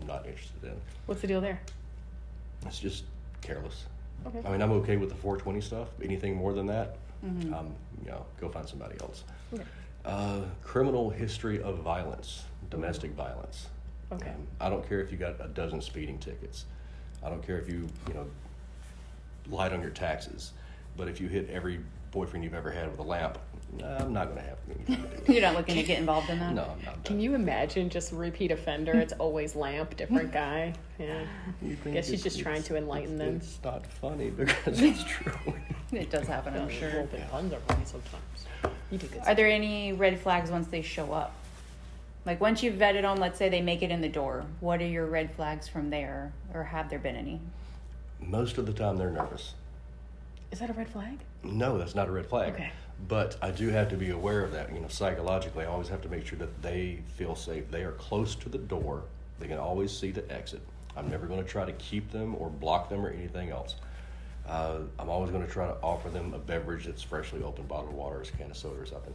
[SPEAKER 4] I'm not interested in.
[SPEAKER 3] What's the deal there?
[SPEAKER 4] It's just careless.
[SPEAKER 3] Okay.
[SPEAKER 4] I mean, I'm okay with the 420 stuff. Anything more than that, um, you know, go find somebody else.
[SPEAKER 3] Mm-hmm. Okay.
[SPEAKER 4] Uh, criminal history of violence, domestic violence.
[SPEAKER 3] Mm-hmm. Okay.
[SPEAKER 4] Um, I don't care if you got a dozen speeding tickets. I don't care if you, you know, lied on your taxes. But if you hit every boyfriend you've ever had with a lamp, nah, I'm not going to have anything to do with
[SPEAKER 2] You're not looking to get involved in that?
[SPEAKER 4] it. No, I'm not.
[SPEAKER 3] Can you imagine just repeat offender? It's always lamp, different guy. Yeah.
[SPEAKER 4] You think
[SPEAKER 3] Guess she's
[SPEAKER 4] it's-
[SPEAKER 3] just trying to
[SPEAKER 4] it's-
[SPEAKER 3] enlighten
[SPEAKER 4] it's-
[SPEAKER 3] them.
[SPEAKER 4] It's not funny because it's true.
[SPEAKER 2] It does happen, I'm sure.
[SPEAKER 3] Open puns are funny sometimes. You do good.
[SPEAKER 2] Are there any red flags once they show up? Like once you've vetted them, let's say they make it in the door. What are your red flags from there, or have there been any?
[SPEAKER 4] Most of the time, they're nervous.
[SPEAKER 3] Is that a red flag?
[SPEAKER 4] No, that's not a red flag.
[SPEAKER 3] Okay.
[SPEAKER 4] But I do have to be aware of that. You know, psychologically, I always have to make sure that they feel safe. They are close to the door. They can always see the exit. I'm never going to try to keep them or block them or anything else. Uh, I'm always going to try to offer them a beverage that's freshly opened, bottled water, or a can of soda or something.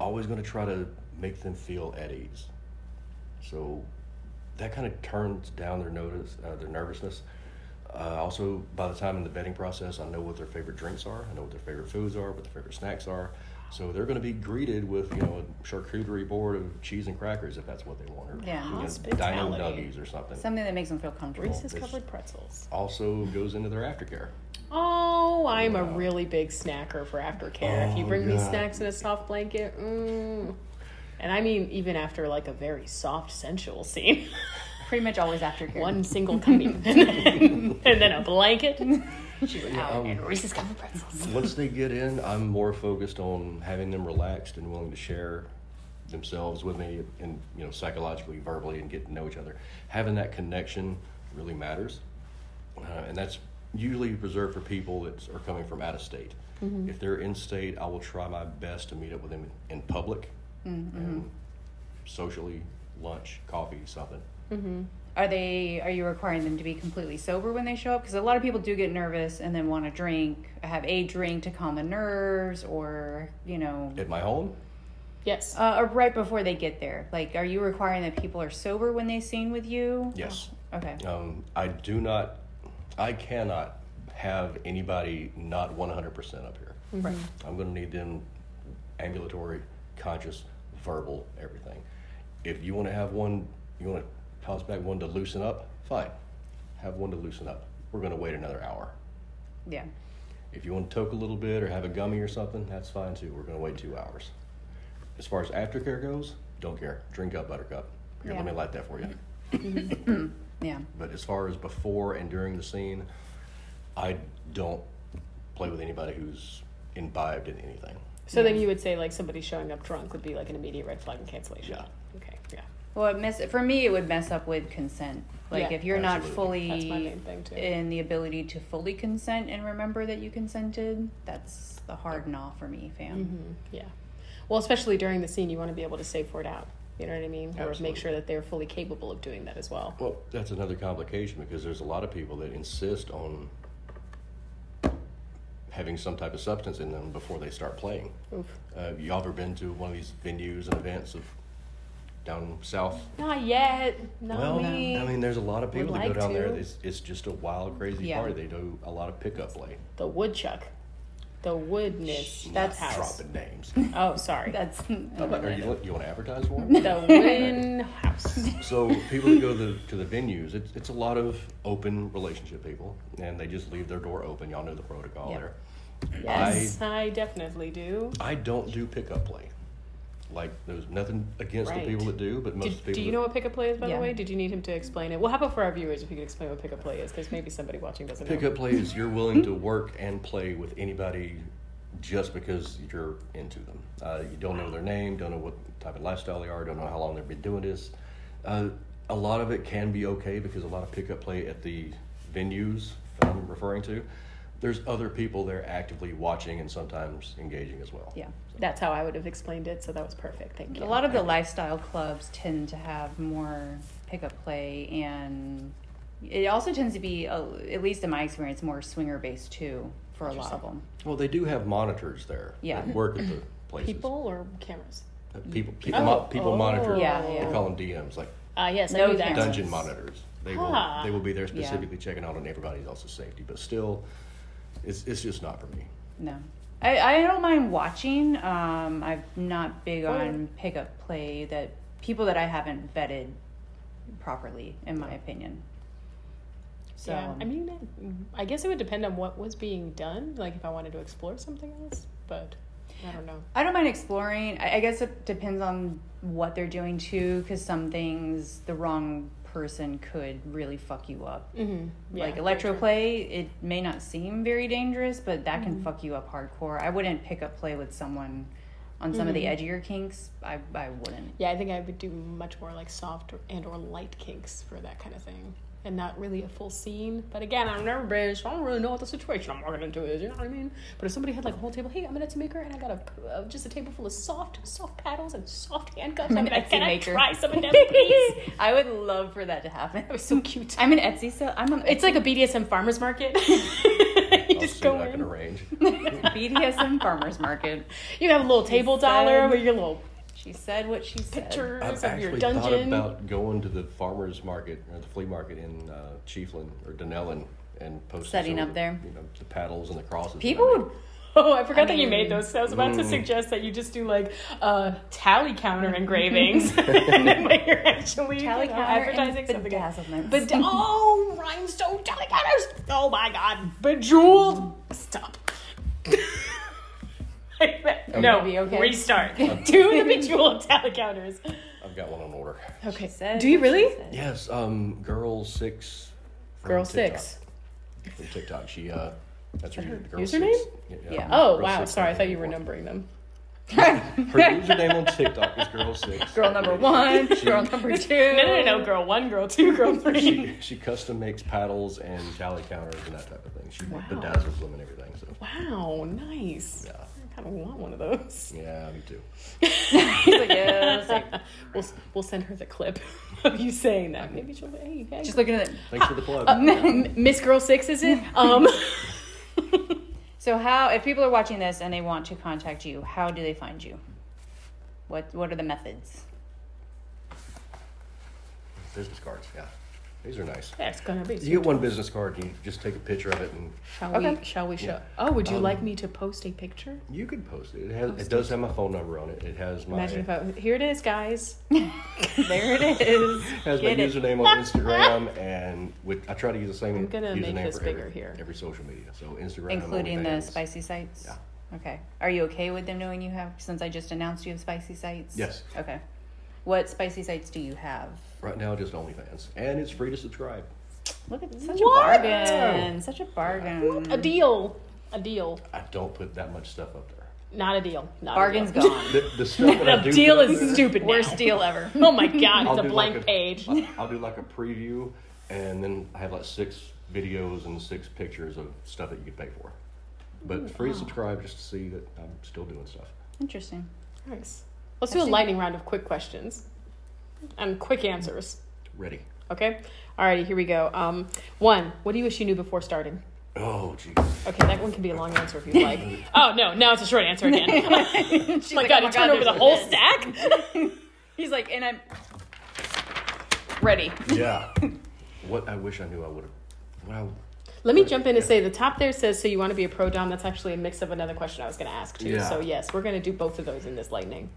[SPEAKER 4] Always going to try to make them feel at ease. So that kind of turns down their notice, uh, their nervousness. Uh, also, by the time in the vetting process, I know what their favorite drinks are, I know what their favorite foods are, what their favorite snacks are. So they're going to be greeted with you know a charcuterie board of cheese and crackers if that's what they want, or
[SPEAKER 2] Yeah.
[SPEAKER 4] you know, Dino
[SPEAKER 3] Hospitality.
[SPEAKER 4] Nuggies or something.
[SPEAKER 2] Something that makes them feel comfortable.
[SPEAKER 3] Reese's covered pretzels.
[SPEAKER 4] also goes into their aftercare.
[SPEAKER 3] Oh, I'm a really big snacker for aftercare. if you
[SPEAKER 4] Oh,
[SPEAKER 3] bring me
[SPEAKER 4] God.
[SPEAKER 3] snacks in a soft blanket, mm. and I mean even after like a very soft sensual scene,
[SPEAKER 2] Pretty much always aftercare.
[SPEAKER 3] one single cummy and, then, and then a blanket.
[SPEAKER 2] she's out,
[SPEAKER 4] um,
[SPEAKER 2] and Reese's covered pretzels.
[SPEAKER 4] Once they get in, I'm more focused on having them relaxed and willing to share themselves with me and you know psychologically, verbally, and get to know each other. Having that connection really matters, uh, and that's usually reserved for people that are coming from out of state. If they're in state, I will try my best to meet up with them in public, and socially, lunch, coffee, something.
[SPEAKER 2] Are they? Are you requiring them to be completely sober when they show up? Because a lot of people do get nervous and then want to drink, have a drink to calm the nerves, or you know,
[SPEAKER 4] At my home,
[SPEAKER 3] Yes.
[SPEAKER 2] uh, or right before they get there. Like, are you requiring that people are sober when they scene with you?
[SPEAKER 4] yes.
[SPEAKER 2] Okay.
[SPEAKER 4] Um, I do not, I cannot have anybody not 100% up here.
[SPEAKER 2] Right.
[SPEAKER 4] I'm going to need them ambulatory, conscious, verbal, everything. If you want to have one, you want to bounce back one to loosen up, fine. Have one to loosen up. We're going to wait another hour.
[SPEAKER 2] Yeah.
[SPEAKER 4] If you want to toke a little bit or have a gummy or something, that's fine too. We're going to wait two hours. As far as aftercare goes, don't care. Drink up, buttercup. Here, let
[SPEAKER 2] Yeah.
[SPEAKER 4] me light that for you.
[SPEAKER 2] Yeah.
[SPEAKER 4] But as far as before and during the scene, I don't play with anybody who's imbibed in anything.
[SPEAKER 3] So then you would say like somebody showing up drunk would be like an immediate red flag and cancellation.
[SPEAKER 4] Yeah.
[SPEAKER 3] Okay. Yeah.
[SPEAKER 2] Well, it mess for me, it would mess up with consent. Like
[SPEAKER 3] Yeah.
[SPEAKER 2] if you're not
[SPEAKER 4] Absolutely.
[SPEAKER 2] fully
[SPEAKER 3] That's my main thing, too.
[SPEAKER 2] in the ability to fully consent and remember that you consented, that's the hard gnaw for me, fam.
[SPEAKER 3] Yeah. Well, especially during the scene, you want to be able to safe word out. You know what I mean? Or make
[SPEAKER 4] Absolutely.
[SPEAKER 3] sure that they're fully capable of doing that as well.
[SPEAKER 4] Well, that's another complication because there's a lot of people that insist on having some type of substance in them before they start playing.
[SPEAKER 3] Oof.
[SPEAKER 4] Uh, y'all ever been to one of these venues and events of down south?
[SPEAKER 3] Not yet. Not
[SPEAKER 4] well,
[SPEAKER 3] me.
[SPEAKER 4] I mean, there's a lot of people
[SPEAKER 3] Would
[SPEAKER 4] that
[SPEAKER 3] like
[SPEAKER 4] go down there.
[SPEAKER 3] to.
[SPEAKER 4] It's, it's just a wild, crazy
[SPEAKER 2] Yeah.
[SPEAKER 4] party. They do a lot of pickup play.
[SPEAKER 3] The woodchuck. The woodness.
[SPEAKER 2] That's-
[SPEAKER 3] house.
[SPEAKER 4] Dropping names.
[SPEAKER 3] Oh, sorry.
[SPEAKER 2] That's
[SPEAKER 4] I'm like, are you, you want to advertise one?
[SPEAKER 3] the win house.
[SPEAKER 4] So people that go to the, to the venues, it's, it's a lot of open relationship people, and they just leave their door open. Y'all know the protocol
[SPEAKER 2] Yep.
[SPEAKER 4] there.
[SPEAKER 3] Yes, I definitely do.
[SPEAKER 4] I don't do pickup play. Like there's nothing against
[SPEAKER 3] Right.
[SPEAKER 4] the people that do, but most
[SPEAKER 3] Did,
[SPEAKER 4] people.
[SPEAKER 3] do you
[SPEAKER 4] that-
[SPEAKER 3] know what pick a play is, by
[SPEAKER 2] Yeah.
[SPEAKER 3] the way? Did you need him to explain it? Well, how about for our viewers if you could explain what pick a play is? Because maybe somebody watching doesn't know.
[SPEAKER 4] pickup play is you're willing
[SPEAKER 2] Hmm?
[SPEAKER 4] to work and play with anybody just because you're into them. Uh, you don't know their name, don't know what type of lifestyle they are, don't know how long they've been doing this. Uh, a lot of it can be okay because a lot of pickup play at the venues that I'm referring to, there's other people there actively watching and sometimes engaging as well.
[SPEAKER 2] yeah.
[SPEAKER 3] That's how I would have explained it, so that was perfect. Thank you.
[SPEAKER 2] A lot of the lifestyle clubs tend to have more pickup play, and it also tends to be, uh, at least in my experience, more swinger based too for a lot of them.
[SPEAKER 4] Well, they do have monitors there.
[SPEAKER 2] Yeah.
[SPEAKER 4] That work at the places.
[SPEAKER 3] people or cameras?
[SPEAKER 4] Uh, People, people,
[SPEAKER 2] Oh.
[SPEAKER 4] mo- people monitor.
[SPEAKER 2] Yeah,
[SPEAKER 4] We
[SPEAKER 2] yeah.
[SPEAKER 4] call them DMs, like
[SPEAKER 3] Uh, yes, I
[SPEAKER 2] No
[SPEAKER 3] knew that.
[SPEAKER 2] cameras.
[SPEAKER 4] dungeon monitors. They
[SPEAKER 3] Huh.
[SPEAKER 4] will they will be there specifically checking out on everybody else's safety, but still, it's it's just not for me.
[SPEAKER 2] No. I, I don't mind watching. Um, I'm not
[SPEAKER 3] Oh,
[SPEAKER 2] big on pickup play that people that I haven't vetted properly, in my opinion. So,
[SPEAKER 3] yeah, I mean, that- I guess it would depend on what was being done. Like if I wanted to explore something else, but I don't know.
[SPEAKER 2] I don't mind exploring. I, I guess it depends on what they're doing too, because some things the wrong person could really fuck you up.
[SPEAKER 3] Mm-hmm.
[SPEAKER 2] like electroplay, it may not seem very dangerous, but that can
[SPEAKER 3] Mm-hmm.
[SPEAKER 2] fuck you up hardcore. I wouldn't pick up play with someone on some of the
[SPEAKER 3] Mm-hmm.
[SPEAKER 2] edgier kinks. I, I wouldn't.
[SPEAKER 3] Yeah, I think I would do much more like soft or- and or light kinks for that kind of thing, and not really a full scene. But again, I've never been, so I don't really know what the situation I'm walking into is. You know what I mean? But if somebody had like a whole table, hey, I'm an Etsy maker, and I got a uh, just a table full of soft, soft paddles and soft handcuffs. I mean, I
[SPEAKER 2] Etsy
[SPEAKER 3] can I
[SPEAKER 2] maker.
[SPEAKER 3] try some of them, please?
[SPEAKER 2] I would love for that to happen.
[SPEAKER 3] That was so cute.
[SPEAKER 2] I'm an Etsy sale. I'm an
[SPEAKER 3] It's like a BDSM farmers market. you
[SPEAKER 4] I'll
[SPEAKER 3] just
[SPEAKER 4] see
[SPEAKER 3] go
[SPEAKER 4] what I
[SPEAKER 3] in.
[SPEAKER 4] can arrange.
[SPEAKER 2] BDSM farmers market.
[SPEAKER 3] You have a little table dollar with your little
[SPEAKER 2] She said what she said.
[SPEAKER 3] pictures
[SPEAKER 4] I've
[SPEAKER 3] of your
[SPEAKER 4] actually thought
[SPEAKER 3] dungeon.
[SPEAKER 4] about going to the farmers market or the flea market in uh, Chiefland or Dunellen and posting
[SPEAKER 2] Setting
[SPEAKER 4] some
[SPEAKER 2] up
[SPEAKER 4] of the,
[SPEAKER 2] there.
[SPEAKER 4] you know, the paddles and the crosses.
[SPEAKER 2] People would.
[SPEAKER 3] oh, I forgot that you made those. So I was about to suggest that you just do like uh, tally counter engravings, and then when you're actually you
[SPEAKER 2] Tally
[SPEAKER 3] know,
[SPEAKER 2] counter
[SPEAKER 3] advertising
[SPEAKER 2] and
[SPEAKER 3] something.
[SPEAKER 2] bedazzlements.
[SPEAKER 3] Bed- oh, rhinestone tally counters! Oh my god, bejeweled. Stop. no,
[SPEAKER 2] Be okay.
[SPEAKER 3] restart. Do the bejeweled tally counters.
[SPEAKER 4] I've got one on order.
[SPEAKER 3] Okay,
[SPEAKER 2] said
[SPEAKER 3] do you
[SPEAKER 2] what she
[SPEAKER 3] really?
[SPEAKER 2] said.
[SPEAKER 4] Yes, um, girl six. from
[SPEAKER 3] Girl
[SPEAKER 4] TikTok-
[SPEAKER 3] six.
[SPEAKER 4] from TikTok. She uh, that's her, the girl
[SPEAKER 3] username?
[SPEAKER 4] Six.
[SPEAKER 2] Yeah.
[SPEAKER 3] Oh
[SPEAKER 4] Girl
[SPEAKER 3] wow,
[SPEAKER 4] Six
[SPEAKER 3] sorry, I
[SPEAKER 4] on
[SPEAKER 3] thought you were
[SPEAKER 4] TikTok.
[SPEAKER 3] numbering them.
[SPEAKER 4] Her username on TikTok is girl six.
[SPEAKER 2] Girl number one, girl number two.
[SPEAKER 3] No, no, no, no, girl one, girl two, girl three.
[SPEAKER 4] she she custom makes paddles and tally counters and that type of thing. She bedazzles them and everything. So
[SPEAKER 3] Wow, nice.
[SPEAKER 4] Yeah.
[SPEAKER 3] I kind of want one of those.
[SPEAKER 4] yeah, me too.
[SPEAKER 2] She's like, yeah, it's like-
[SPEAKER 3] We'll, s- we'll send her the clip of you saying that. Maybe she'll be, hey, hey.
[SPEAKER 2] just looking at it.
[SPEAKER 4] Thanks for the plug.
[SPEAKER 3] M- Miss Girl 6, is it? Um,
[SPEAKER 2] So, how if people are watching this and they want to contact you, how do they find you? What What are the methods?
[SPEAKER 4] business cards, yeah, these are nice.
[SPEAKER 3] that's going to be.
[SPEAKER 4] You get one business card, and you just take a picture of it, and
[SPEAKER 3] Shall we,
[SPEAKER 2] Okay.
[SPEAKER 3] shall we show?
[SPEAKER 4] Yeah. Um,
[SPEAKER 3] Oh, would you like me to post a picture?
[SPEAKER 4] you can post it. It has it does have my phone number on it. It has my
[SPEAKER 3] Imagine if I, here it is, guys.
[SPEAKER 2] There it is.
[SPEAKER 4] has my
[SPEAKER 2] Get it.
[SPEAKER 4] username on Instagram, and with I try to use the same
[SPEAKER 3] I'm gonna
[SPEAKER 4] username
[SPEAKER 3] make this
[SPEAKER 4] for
[SPEAKER 3] bigger
[SPEAKER 4] every,
[SPEAKER 3] here.
[SPEAKER 4] every social media. So Instagram,
[SPEAKER 2] Including the
[SPEAKER 4] OnlyFans.
[SPEAKER 2] spicy sites.
[SPEAKER 4] Yeah.
[SPEAKER 2] Okay. Are you okay with them knowing you have? Since I just announced you have spicy sites.
[SPEAKER 4] Yes.
[SPEAKER 2] Okay. What spicy sites do you have?
[SPEAKER 4] Right now, just OnlyFans, and it's free to subscribe.
[SPEAKER 2] Look at such
[SPEAKER 3] What?
[SPEAKER 2] a bargain. Such a bargain.
[SPEAKER 3] A deal. A deal.
[SPEAKER 4] I don't put that much stuff up there.
[SPEAKER 3] Not a deal. Not
[SPEAKER 2] Bargain's
[SPEAKER 3] a deal.
[SPEAKER 2] gone.
[SPEAKER 4] The, the stuff that I do
[SPEAKER 3] The deal
[SPEAKER 4] put up
[SPEAKER 3] is
[SPEAKER 4] there-
[SPEAKER 3] stupid.
[SPEAKER 5] Worst
[SPEAKER 3] now.
[SPEAKER 5] deal ever.
[SPEAKER 3] Oh my god,
[SPEAKER 4] I'll
[SPEAKER 3] it's a
[SPEAKER 4] do
[SPEAKER 3] blank
[SPEAKER 4] like a-
[SPEAKER 3] page.
[SPEAKER 4] I- I'll do like a preview, and then I have like six videos and six pictures of stuff that you could pay for. But free to subscribe just to see that I'm still doing stuff.
[SPEAKER 2] Interesting.
[SPEAKER 3] Thanks. Let's do a lightning round of quick questions and quick answers.
[SPEAKER 4] Ready?
[SPEAKER 3] Okay. Alrighty, here we go. Um, one. What do you wish you knew before starting?
[SPEAKER 4] Oh, geez.
[SPEAKER 3] Okay, that one can be a long answer if you like. oh no, now it's a short answer again.
[SPEAKER 2] She's
[SPEAKER 3] oh my god,
[SPEAKER 2] "Oh
[SPEAKER 3] you turned
[SPEAKER 2] there's
[SPEAKER 3] over the whole
[SPEAKER 2] this."
[SPEAKER 3] stack.
[SPEAKER 2] He's like, and I'm
[SPEAKER 5] Ready.
[SPEAKER 4] Yeah. what I wish I knew I would have. Wow.
[SPEAKER 3] Let me jump in and say the top there says, "So you want to be a pro dom?" That's actually a mix of another question I was going to ask too.
[SPEAKER 4] Yeah.
[SPEAKER 3] So yes, we're going to do both of those in this lightning.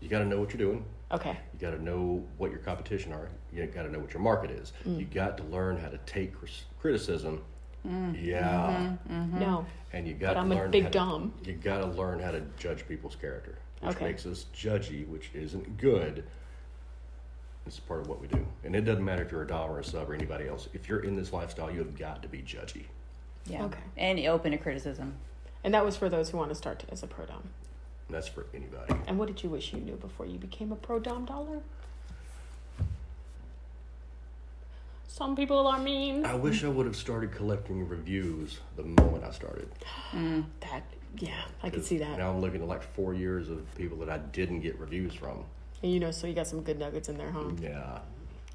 [SPEAKER 4] You got to know what you're doing.
[SPEAKER 3] Okay.
[SPEAKER 4] You got to know what your competition are. You got to know what your market is. You got to learn how to take cris- criticism. Yeah.
[SPEAKER 3] No.
[SPEAKER 4] And you got
[SPEAKER 3] But I'm
[SPEAKER 4] to
[SPEAKER 3] a
[SPEAKER 4] learn
[SPEAKER 3] big
[SPEAKER 4] how to-
[SPEAKER 3] dom.
[SPEAKER 4] you got to learn how to judge people's character, which
[SPEAKER 3] Okay.
[SPEAKER 4] makes us judgy, which isn't good. It's part of what we do, and it doesn't matter if you're a dom or a sub or anybody else. If you're in this lifestyle, you have got to be judgy.
[SPEAKER 2] yeah,
[SPEAKER 3] Okay.
[SPEAKER 2] and open to criticism.
[SPEAKER 3] And that was for those who want to start as a pro dom.
[SPEAKER 4] And that's for anybody.
[SPEAKER 3] And what did you wish you knew before you became a pro dom dollar? Some people are mean.
[SPEAKER 4] I wish I would have started collecting reviews the moment I started.
[SPEAKER 3] That yeah, I could see that.
[SPEAKER 4] Now I'm looking at like four years of people that I didn't get reviews from.
[SPEAKER 3] And you know, so you got some good nuggets in there, huh?
[SPEAKER 4] Yeah.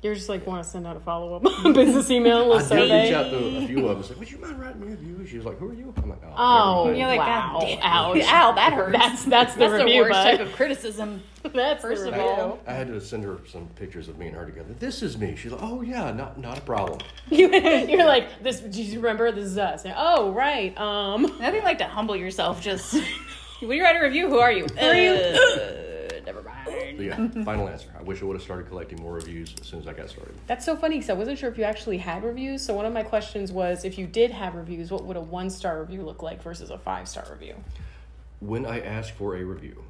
[SPEAKER 3] You're just like want to send out a follow up business email, a
[SPEAKER 4] I
[SPEAKER 3] little
[SPEAKER 4] did
[SPEAKER 3] survey.
[SPEAKER 4] reach out to a few of them. I was like, would you mind writing me a review? She was like, who are you? I'm like, oh.
[SPEAKER 3] Oh,
[SPEAKER 4] never mind.
[SPEAKER 5] You're like,
[SPEAKER 3] wow.
[SPEAKER 5] "God
[SPEAKER 3] Ouch.
[SPEAKER 5] Ow, that hurts.
[SPEAKER 3] That's that's the
[SPEAKER 5] That's the
[SPEAKER 3] review,
[SPEAKER 5] worst
[SPEAKER 3] bud.
[SPEAKER 5] type of criticism.
[SPEAKER 3] That's
[SPEAKER 5] First
[SPEAKER 3] the
[SPEAKER 5] of
[SPEAKER 4] I,
[SPEAKER 3] review.
[SPEAKER 5] all.
[SPEAKER 4] I had to send her some pictures of me and her together. This is me. She's like, oh yeah, not not a problem.
[SPEAKER 3] you're like this. Do you remember this is us? And, oh right. Um.
[SPEAKER 5] Nothing like to humble yourself. Just when you write a review, who are you? Who are you?
[SPEAKER 2] Uh,
[SPEAKER 5] never mind.
[SPEAKER 4] But yeah, final answer. I wish I would have started collecting more reviews as soon as I got started.
[SPEAKER 3] That's so funny because I wasn't sure if you actually had reviews. So one of my questions was, if you did have reviews, what would a one star review look like versus a five star review?
[SPEAKER 4] When I asked for a review,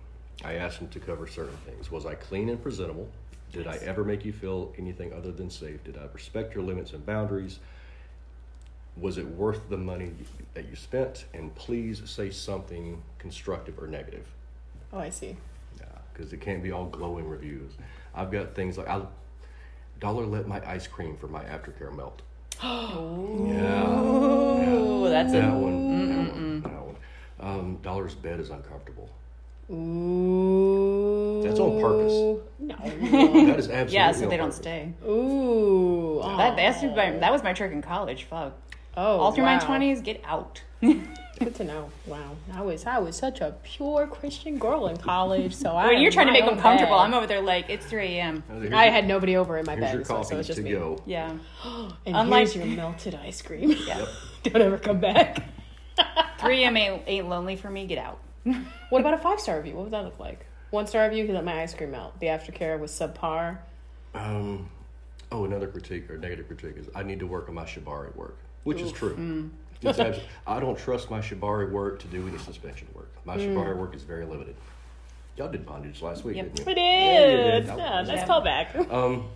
[SPEAKER 4] I asked them to cover certain things. Was I clean and presentable? Did I ever make you feel anything other than safe? Did I respect your limits and boundaries? Was it worth the money that you spent? And please say something constructive or negative.
[SPEAKER 3] Oh, I see.
[SPEAKER 4] Yeah, because it can't be all glowing reviews. I've got things like I dollar let my ice cream for my aftercare melt. yeah.
[SPEAKER 2] Oh, that's
[SPEAKER 4] yeah. That one, that one, that one. Um, Dollar's bed is uncomfortable.
[SPEAKER 3] Ooh.
[SPEAKER 4] That's on purpose.
[SPEAKER 3] No.
[SPEAKER 4] That is absolutely
[SPEAKER 5] Yeah, so
[SPEAKER 4] on
[SPEAKER 5] they don't
[SPEAKER 4] purpose.
[SPEAKER 5] stay.
[SPEAKER 3] Ooh. Oh.
[SPEAKER 5] That, that's my, that was my trick in college. Fuck.
[SPEAKER 3] oh,
[SPEAKER 5] All through
[SPEAKER 3] wow.
[SPEAKER 5] my twenties, get out.
[SPEAKER 3] Good to know. Wow. I was I was such a pure Christian girl in college. So I
[SPEAKER 5] When you're
[SPEAKER 3] had
[SPEAKER 5] trying to
[SPEAKER 3] my
[SPEAKER 5] make them
[SPEAKER 3] own
[SPEAKER 5] comfortable,
[SPEAKER 3] bed.
[SPEAKER 5] I'm over there like it's 3 a.m.
[SPEAKER 4] Here's your-
[SPEAKER 3] I had nobody over in my
[SPEAKER 4] here's
[SPEAKER 3] bed,
[SPEAKER 4] your
[SPEAKER 3] so,
[SPEAKER 4] coffee
[SPEAKER 3] so it's just
[SPEAKER 4] to
[SPEAKER 3] me.
[SPEAKER 4] go.
[SPEAKER 5] Yeah,
[SPEAKER 3] And
[SPEAKER 5] Unlike-
[SPEAKER 3] here's your melted ice cream.
[SPEAKER 5] yeah.
[SPEAKER 3] Don't ever come back.
[SPEAKER 5] 3 a.m. ain't, ain't lonely for me. Get out.
[SPEAKER 3] What about a five star review? What would that look like? One star review, he let my ice cream melt. The aftercare was subpar.
[SPEAKER 4] Um, oh, another critique or negative critique is I need to work on my shibari work, which is true.
[SPEAKER 3] Mm.
[SPEAKER 4] It's abs- I don't trust my shibari work to do any suspension work. My
[SPEAKER 3] Mm.
[SPEAKER 4] shibari work is very limited. Y'all did bondage last week,
[SPEAKER 5] Yep.
[SPEAKER 4] didn't you?
[SPEAKER 3] It
[SPEAKER 4] Yeah, you
[SPEAKER 3] is.
[SPEAKER 4] did.
[SPEAKER 3] Yeah, nice
[SPEAKER 5] Yeah.
[SPEAKER 3] callback.
[SPEAKER 4] Um,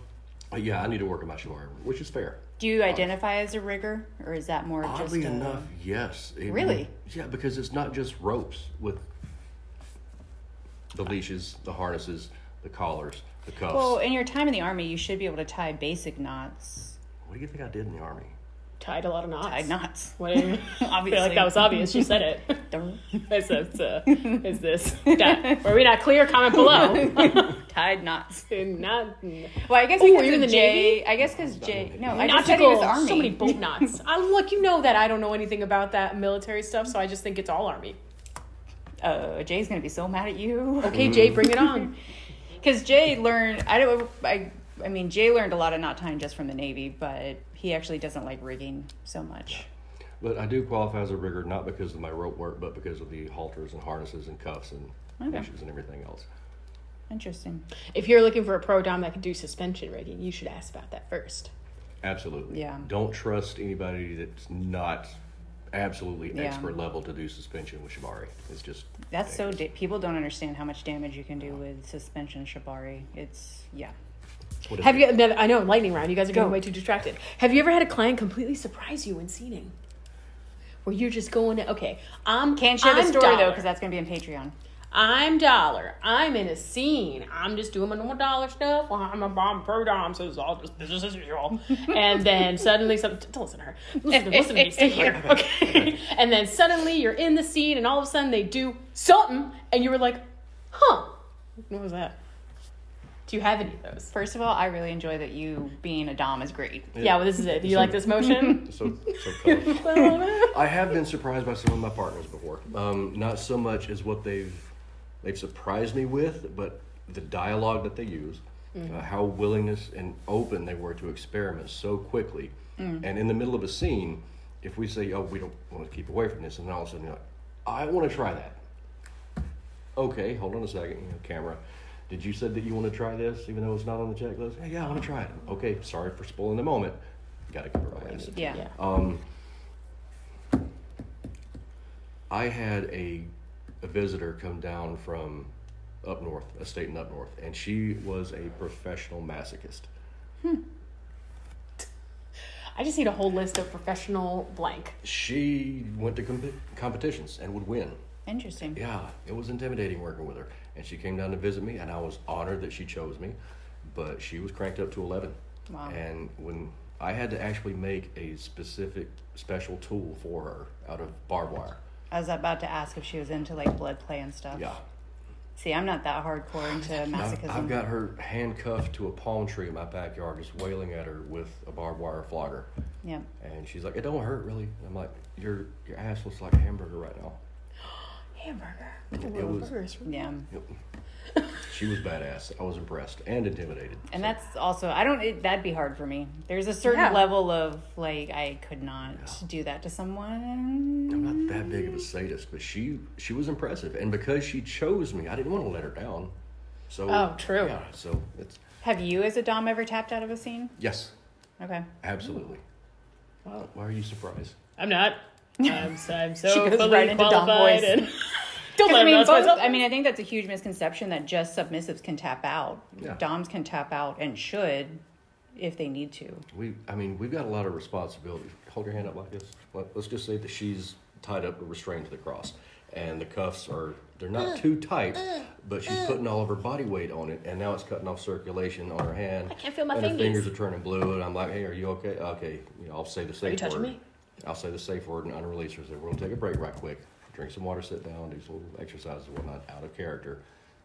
[SPEAKER 4] but yeah, I need to work on my shibari, which is fair.
[SPEAKER 5] Do you identify as a rigger, or is that more just?
[SPEAKER 4] Oddly
[SPEAKER 5] a-
[SPEAKER 4] enough, yes. It
[SPEAKER 5] Really?
[SPEAKER 4] would- yeah, because it's not just ropes with the leashes, the harnesses, the collars, the cuffs.
[SPEAKER 5] Well, in your time in the army, you should be able to tie basic knots,
[SPEAKER 4] what do you think I did in the army?
[SPEAKER 3] Tied a lot of knots.
[SPEAKER 5] tie knots.
[SPEAKER 3] What do you- I feel
[SPEAKER 5] Obviously,
[SPEAKER 3] like that was obvious. She said it.
[SPEAKER 5] was
[SPEAKER 3] Is this, uh, is this that, were we not clear? Comment below.
[SPEAKER 5] tied knots.
[SPEAKER 3] And not
[SPEAKER 5] Well, I guess
[SPEAKER 3] Ooh,
[SPEAKER 5] because
[SPEAKER 3] were you
[SPEAKER 5] of
[SPEAKER 3] in the
[SPEAKER 5] Jay,
[SPEAKER 3] Navy?
[SPEAKER 5] I guess because Jay. No, I just said he
[SPEAKER 3] nautical.
[SPEAKER 5] was army.
[SPEAKER 3] So many boat knots. I, look, you know that I don't know anything about that military stuff, so I just think it's all army.
[SPEAKER 5] Uh, Jay's gonna be so mad at you.
[SPEAKER 3] Okay, Jay, bring it on.
[SPEAKER 5] Because Jay learned, I don't, I, I mean, Jay learned a lot of knot tying just from the Navy, but he actually doesn't like rigging so much.
[SPEAKER 4] But I do qualify as a rigger not because of my rope work, but because of the halters and harnesses and cuffs and leashes and everything else.
[SPEAKER 5] Interesting.
[SPEAKER 3] If you're looking for a pro dom that can do suspension rigging, you should ask about that first.
[SPEAKER 4] Absolutely.
[SPEAKER 5] Yeah.
[SPEAKER 4] Don't trust anybody that's not absolutely
[SPEAKER 5] Yeah.
[SPEAKER 4] expert level to do suspension with shibari. It's just
[SPEAKER 5] That's so, da- people don't understand how much damage you can do with suspension shibari. It's, yeah.
[SPEAKER 4] what is
[SPEAKER 3] Have
[SPEAKER 4] it?
[SPEAKER 3] you? another- I know, lightning round. You guys are getting
[SPEAKER 5] Go.
[SPEAKER 3] way too distracted. Have you ever had a client completely surprise you in seating? where you're just going to okay. um, I'm
[SPEAKER 2] Can't share the
[SPEAKER 3] I'm
[SPEAKER 2] story though
[SPEAKER 3] dollar.
[SPEAKER 2] because that's going to be on Patreon.
[SPEAKER 3] I'm dollar. I'm in a scene. I'm just doing my normal dollar stuff. Well, I'm a bomb pro dom, so it's all just business as usual. and then suddenly, some don't listen to her. Listen to, listen to me. Stay here, okay? and then suddenly you're in the scene, and all of a sudden they do something, and you were like, "Huh, what was that?" Do you have any of those?
[SPEAKER 2] First of all, I really enjoy that you being a dom is great.
[SPEAKER 3] Yeah, well, this is it. Do you like this motion?
[SPEAKER 4] So, so close. I have been surprised by some of my partners before. Um, not so much as what they've they've surprised me with, but the dialogue that they use, uh, how willingness and open they were to experiment so quickly, and in the middle of a scene, if we say, "Oh, we don't want to keep away from this," and then all of a sudden you're like, "I want to try that." Okay, hold on a second, you know, camera. Did you said that you want to try this, even though it's not on the checklist? Hey, yeah, I want to try it. Okay, sorry for spoiling the moment. Got to compromise.
[SPEAKER 2] Yeah.
[SPEAKER 3] Yeah.
[SPEAKER 4] I had a, a visitor come down from up north, a state in up north, and she was a professional masochist.
[SPEAKER 3] I just need a whole list of professional blank.
[SPEAKER 4] She went to comp- competitions and would win.
[SPEAKER 2] Interesting.
[SPEAKER 4] Yeah, it was intimidating working with her. And she came down to visit me, and I was honored that she chose me, but she was cranked up to 11.
[SPEAKER 2] Wow.
[SPEAKER 4] And when I had to actually make a specific special tool for her out of barbed wire.
[SPEAKER 2] I was about to ask if she was into like blood play and stuff.
[SPEAKER 4] Yeah.
[SPEAKER 2] See, I'm not that hardcore into
[SPEAKER 4] I've,
[SPEAKER 2] masochism.
[SPEAKER 4] I've got her handcuffed to a palm tree in my backyard, just wailing at her with a barbed wire flogger.
[SPEAKER 2] yeah.
[SPEAKER 4] And she's like, "It don't hurt really." And I'm like, "Your your ass looks like a hamburger right now."
[SPEAKER 3] Hamburger.
[SPEAKER 4] It was.
[SPEAKER 2] Yeah.
[SPEAKER 4] She was badass. I was impressed and intimidated.
[SPEAKER 2] And that's also I don't it, that'd be hard for me. There's a certain
[SPEAKER 3] Yeah.
[SPEAKER 2] level of like I could not do that to someone.
[SPEAKER 4] I'm not that big of a sadist, but she she was impressive, and because she chose me, I didn't want to let her down. So
[SPEAKER 3] Oh, true.
[SPEAKER 4] Yeah. So it's
[SPEAKER 2] Have you as a dom ever tapped out of a scene?
[SPEAKER 4] yes,
[SPEAKER 2] Okay.
[SPEAKER 4] absolutely.
[SPEAKER 3] Wow.
[SPEAKER 4] Why are you surprised?
[SPEAKER 3] I'm not. I'm, so- I'm so
[SPEAKER 2] She goes
[SPEAKER 3] fully
[SPEAKER 2] right into dumb
[SPEAKER 3] qualified
[SPEAKER 2] voice.
[SPEAKER 3] and- don't
[SPEAKER 2] 'Cause,
[SPEAKER 3] let
[SPEAKER 2] I
[SPEAKER 3] me
[SPEAKER 2] mean,
[SPEAKER 3] both,
[SPEAKER 2] both, I mean, I think that's a huge misconception that just submissives can tap out.
[SPEAKER 4] Yeah.
[SPEAKER 2] Doms can tap out and should if they need to.
[SPEAKER 4] We, I mean, we've got a lot of responsibility. Hold your hand up like this. Let, let's just say that she's tied up and restrained to the cross, and the cuffs are—they're not too tight, but she's putting all of her body weight on it, and now it's cutting off circulation on her hand. I
[SPEAKER 3] can't feel my
[SPEAKER 4] and Her
[SPEAKER 3] fingers.
[SPEAKER 4] fingers are turning blue, and I'm like, "Hey, are you okay? Okay, you know, I'll say the safe
[SPEAKER 3] you touching
[SPEAKER 4] word.
[SPEAKER 3] me?
[SPEAKER 4] I'll say the safe word and unrelease her. So we're gonna take a break right quick, drink some water, sit down, do some little exercises, and whatnot, out of character.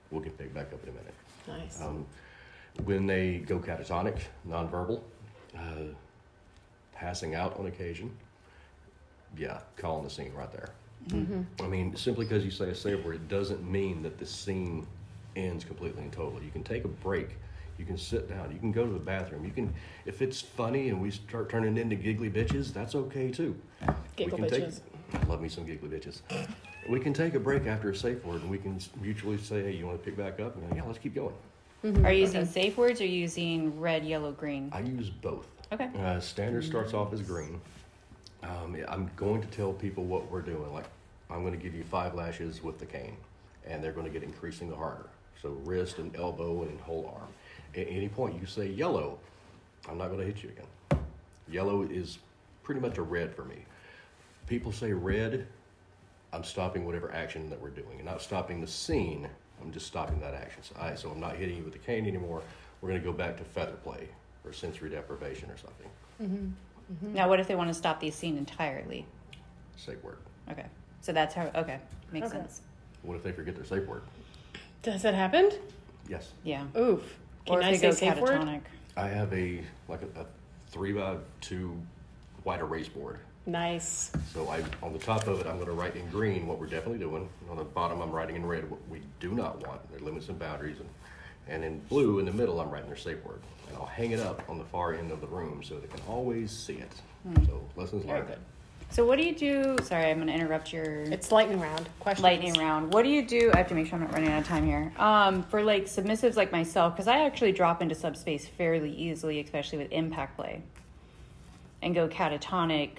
[SPEAKER 4] We'll get picked back up in a minute."
[SPEAKER 3] Nice.
[SPEAKER 4] Um, when they go catatonic, nonverbal, uh, passing out on occasion, yeah, calling the scene right there.
[SPEAKER 3] Mm-hmm.
[SPEAKER 4] I mean, simply because you say a safe word, it doesn't mean that the scene ends completely and totally. You can take a break. You can sit down. You can go to the bathroom. You can, if it's funny and we start turning into giggly bitches, that's okay too. We
[SPEAKER 3] Giggle
[SPEAKER 4] can take-
[SPEAKER 3] bitches.
[SPEAKER 4] love me some giggly bitches. We can take a break after a safe word, and we can mutually say, "Hey, you want to pick back up?" And yeah, let's keep going.
[SPEAKER 3] Mm-hmm.
[SPEAKER 2] Are you using safe words or using red, yellow, green?
[SPEAKER 4] I use both.
[SPEAKER 2] Okay.
[SPEAKER 4] Uh, standard starts off as green. Um, yeah, I'm going to tell people what we're doing. Like, I'm going to give you five lashes with the cane, and they're going to get increasingly harder. So wrist and elbow and whole arm. At any point you say yellow, I'm not going to hit you again. Yellow is pretty much a red for me. People say red. I'm stopping whatever action that we're doing, and not stopping the scene. I'm just stopping that action. So, I, so I'm not hitting you with the cane anymore. We're going to go back to feather play or sensory deprivation or something.
[SPEAKER 3] Mm-hmm.
[SPEAKER 2] Now, what if they want to stop the scene entirely?
[SPEAKER 4] Safe word.
[SPEAKER 2] Okay. So that's how, okay. Makes
[SPEAKER 3] Okay.
[SPEAKER 2] sense.
[SPEAKER 4] What if they forget their safe word?
[SPEAKER 3] Has that happened?
[SPEAKER 4] Yes,
[SPEAKER 2] Yeah.
[SPEAKER 3] Oof. Can
[SPEAKER 2] or if
[SPEAKER 3] I
[SPEAKER 2] they
[SPEAKER 3] say
[SPEAKER 2] go
[SPEAKER 3] safe word?
[SPEAKER 2] catatonic.
[SPEAKER 4] I have a like a, a three by two white erase board.
[SPEAKER 3] Nice.
[SPEAKER 4] So I on the top of it, I'm going to write in green what we're definitely doing. And on the bottom, I'm writing in red what we do not want. Their limits and boundaries, and and in blue in the middle, I'm writing their safe word. And I'll hang it up on the far end of the room so they can always see it. So lessons
[SPEAKER 3] Hmm. Very
[SPEAKER 4] learned.
[SPEAKER 3] good.
[SPEAKER 2] So what do you do? Sorry, I'm going to interrupt your
[SPEAKER 3] It's lightning round. Questions.
[SPEAKER 2] lightning round. What do you do? I have to make sure I'm not running out of time here. Um, for like submissives like myself, because I actually drop into subspace fairly easily, especially with impact play, and go catatonic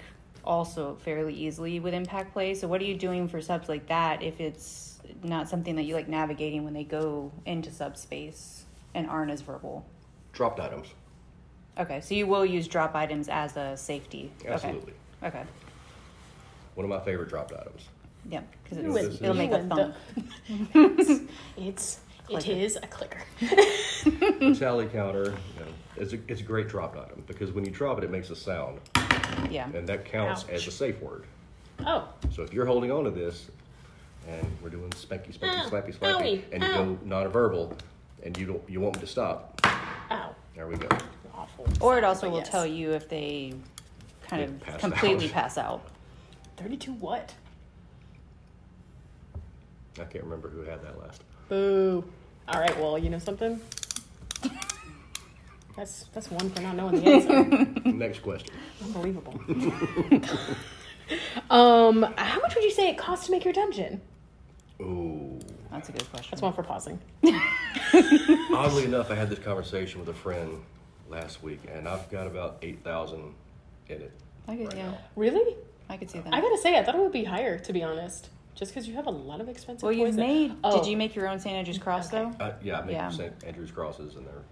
[SPEAKER 2] also fairly easily with impact play. So what are you doing for subs like that if it's not something that you like navigating when they go into subspace and aren't as verbal?
[SPEAKER 4] Dropped items.
[SPEAKER 2] Okay, so you will use drop items as a safety. Okay.
[SPEAKER 4] Absolutely.
[SPEAKER 2] Okay.
[SPEAKER 4] One of my favorite dropped items.
[SPEAKER 5] Yeah, because
[SPEAKER 4] You went-
[SPEAKER 5] it'll make
[SPEAKER 3] you
[SPEAKER 5] a
[SPEAKER 3] went
[SPEAKER 5] thump.
[SPEAKER 3] It's it is a clicker.
[SPEAKER 4] The tally counter you know, is a, it's a great dropped item because when you drop it, it makes a sound,
[SPEAKER 5] Yeah,
[SPEAKER 4] and that counts as a
[SPEAKER 3] Ouch.
[SPEAKER 4] safe word.
[SPEAKER 3] Oh,
[SPEAKER 4] So if you're holding on to this, and we're doing spanky, spanky,
[SPEAKER 3] Ow.
[SPEAKER 4] slappy, slappy,
[SPEAKER 3] Owie.
[SPEAKER 4] and you go nonverbal, and you don't you want them to stop.
[SPEAKER 3] ow,
[SPEAKER 4] There we go.
[SPEAKER 3] awful.
[SPEAKER 5] or it also will
[SPEAKER 3] Yes.
[SPEAKER 5] tell you if they kind
[SPEAKER 4] They
[SPEAKER 5] of
[SPEAKER 4] passed
[SPEAKER 5] completely
[SPEAKER 4] out.
[SPEAKER 5] pass out.
[SPEAKER 3] Thirty-two what?
[SPEAKER 4] I can't remember who had that last.
[SPEAKER 3] Boo. All right. Well, you know something. That's that's one for not knowing the answer.
[SPEAKER 4] Next question.
[SPEAKER 3] Unbelievable. um, how much would you say it costs to make your dungeon?
[SPEAKER 4] Ooh.
[SPEAKER 5] That's a good question.
[SPEAKER 3] That's one for pausing.
[SPEAKER 4] Oddly enough, I had this conversation with a friend last week, and I've got about eight thousand in it.
[SPEAKER 5] I could,
[SPEAKER 4] right
[SPEAKER 5] yeah,
[SPEAKER 4] now.
[SPEAKER 3] Really?
[SPEAKER 5] I could see that.
[SPEAKER 3] I gotta say, I thought it would be higher, to be honest. Just because you have a lot of expensive.
[SPEAKER 5] well, you've
[SPEAKER 3] toys that-
[SPEAKER 5] made.
[SPEAKER 3] Oh,
[SPEAKER 5] Did you make your own St. Andrew's cross
[SPEAKER 3] Okay.
[SPEAKER 5] though?
[SPEAKER 4] Uh, yeah, I make
[SPEAKER 5] Yeah.
[SPEAKER 4] St. Andrew's crosses, and they're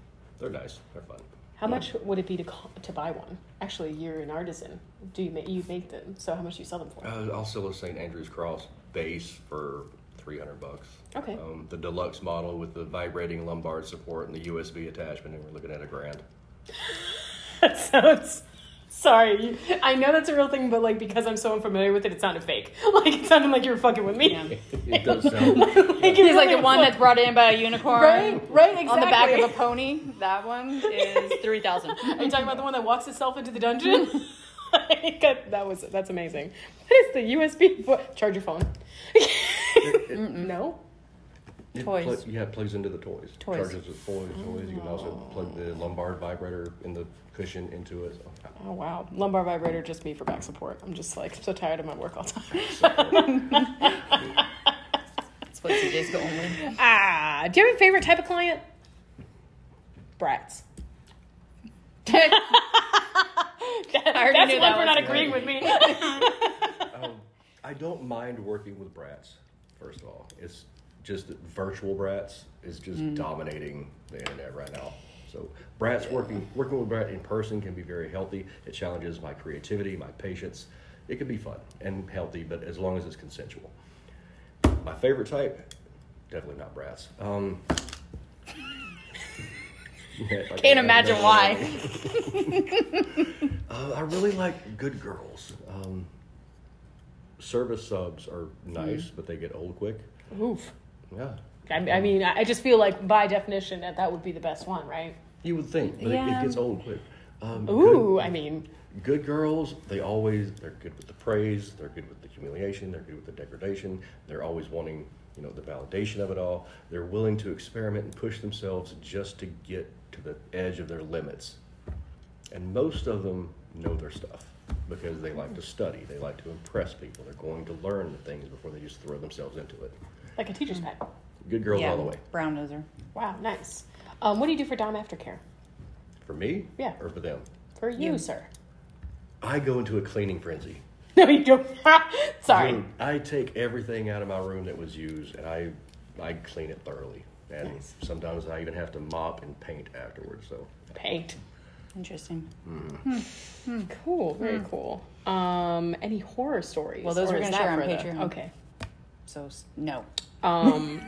[SPEAKER 4] they're nice. They're fun.
[SPEAKER 3] How much would it be to co- to buy one? Actually, you're an artisan. Do you make you make them? So how much do you sell them for?
[SPEAKER 4] Uh, I'll sell a St. Andrew's cross base for three hundred bucks.
[SPEAKER 3] Okay.
[SPEAKER 4] Um, the deluxe model with the vibrating lumbar support and the USB attachment, and we're looking at a grand.
[SPEAKER 3] That sounds. Sorry, I know that's a real thing, but like because I'm so unfamiliar with it, it sounded fake. Like it sounded like you were fucking with me.
[SPEAKER 5] Yeah.
[SPEAKER 4] It does sound.
[SPEAKER 3] like, it
[SPEAKER 5] He's like
[SPEAKER 3] really
[SPEAKER 5] the one
[SPEAKER 3] was.
[SPEAKER 5] that's brought in by a unicorn
[SPEAKER 3] right, right, exactly.
[SPEAKER 5] on the back of a pony. That one is three thousand.
[SPEAKER 3] Are you talking about the one that walks itself into the dungeon? Like, that that was that's amazing. What is the USB? Bo- Charge your phone. no.
[SPEAKER 4] It
[SPEAKER 5] Mm, Toys.
[SPEAKER 4] pl- yeah, it plugs into the toys.
[SPEAKER 5] Toys. Oh.
[SPEAKER 4] Charges with toys. toys. You can also plug the lumbar vibrator in the cushion into it.
[SPEAKER 3] Oh wow, lumbar vibrator, just me for back support. I'm just like so tired of my work all the time.
[SPEAKER 5] That's what CJ's the only.
[SPEAKER 3] Ah, do you have a favorite type of client? Brats.
[SPEAKER 5] already
[SPEAKER 3] That's
[SPEAKER 5] knew
[SPEAKER 3] one
[SPEAKER 5] that
[SPEAKER 3] for
[SPEAKER 5] was
[SPEAKER 3] not
[SPEAKER 5] right.
[SPEAKER 3] agreeing with me.
[SPEAKER 4] Um, I don't mind working with brats. First of all, it's just that virtual brats is just
[SPEAKER 5] Mm.
[SPEAKER 4] dominating the internet right now. So brats working working with brat in person can be very healthy. It challenges my creativity, my patience. It can be fun and healthy, but as long as it's consensual. My favorite type, definitely not brats. Um,
[SPEAKER 5] Can't imagine why.
[SPEAKER 4] Uh, I really like good girls. Um, service subs are nice, but they get old quick.
[SPEAKER 3] Oof.
[SPEAKER 4] Yeah,
[SPEAKER 3] I, I mean, I I just feel like by definition that that would be the best one, right?
[SPEAKER 4] you would think, but it,
[SPEAKER 5] Yeah.
[SPEAKER 4] it gets old quick. Um,
[SPEAKER 3] Ooh,
[SPEAKER 4] good-
[SPEAKER 3] I mean,
[SPEAKER 4] good girls. They always they're good with the praise. They're good with the humiliation. They're good with the degradation. They're always wanting you know the validation of it all. They're willing to experiment and push themselves just to get to the edge of their limits. And most of them know their stuff because they like to study. They like to impress people. They're going to learn the things before they just throw themselves into it.
[SPEAKER 3] like a teacher's pet.
[SPEAKER 4] Good girls
[SPEAKER 5] Yeah,
[SPEAKER 4] all the way.
[SPEAKER 5] brown noser.
[SPEAKER 3] Wow, nice. Um, what do you do for Dom aftercare?
[SPEAKER 4] For me,
[SPEAKER 3] Yeah.
[SPEAKER 4] or for them,
[SPEAKER 3] For you, sir.
[SPEAKER 4] I go into a cleaning frenzy.
[SPEAKER 3] No, you don't. Sorry.
[SPEAKER 4] Dude, I take everything out of my room that was used, and I I clean it thoroughly. And
[SPEAKER 3] Nice.
[SPEAKER 4] sometimes I even have to mop and paint afterwards. So
[SPEAKER 3] Paint.
[SPEAKER 5] Interesting.
[SPEAKER 3] Cool. Very cool. Um, any horror stories?
[SPEAKER 5] Well, those
[SPEAKER 3] Or
[SPEAKER 5] we're
[SPEAKER 3] is
[SPEAKER 5] gonna share
[SPEAKER 3] that
[SPEAKER 5] on
[SPEAKER 3] for the-
[SPEAKER 5] Patreon.
[SPEAKER 3] Okay.
[SPEAKER 5] So s- no,
[SPEAKER 3] Um,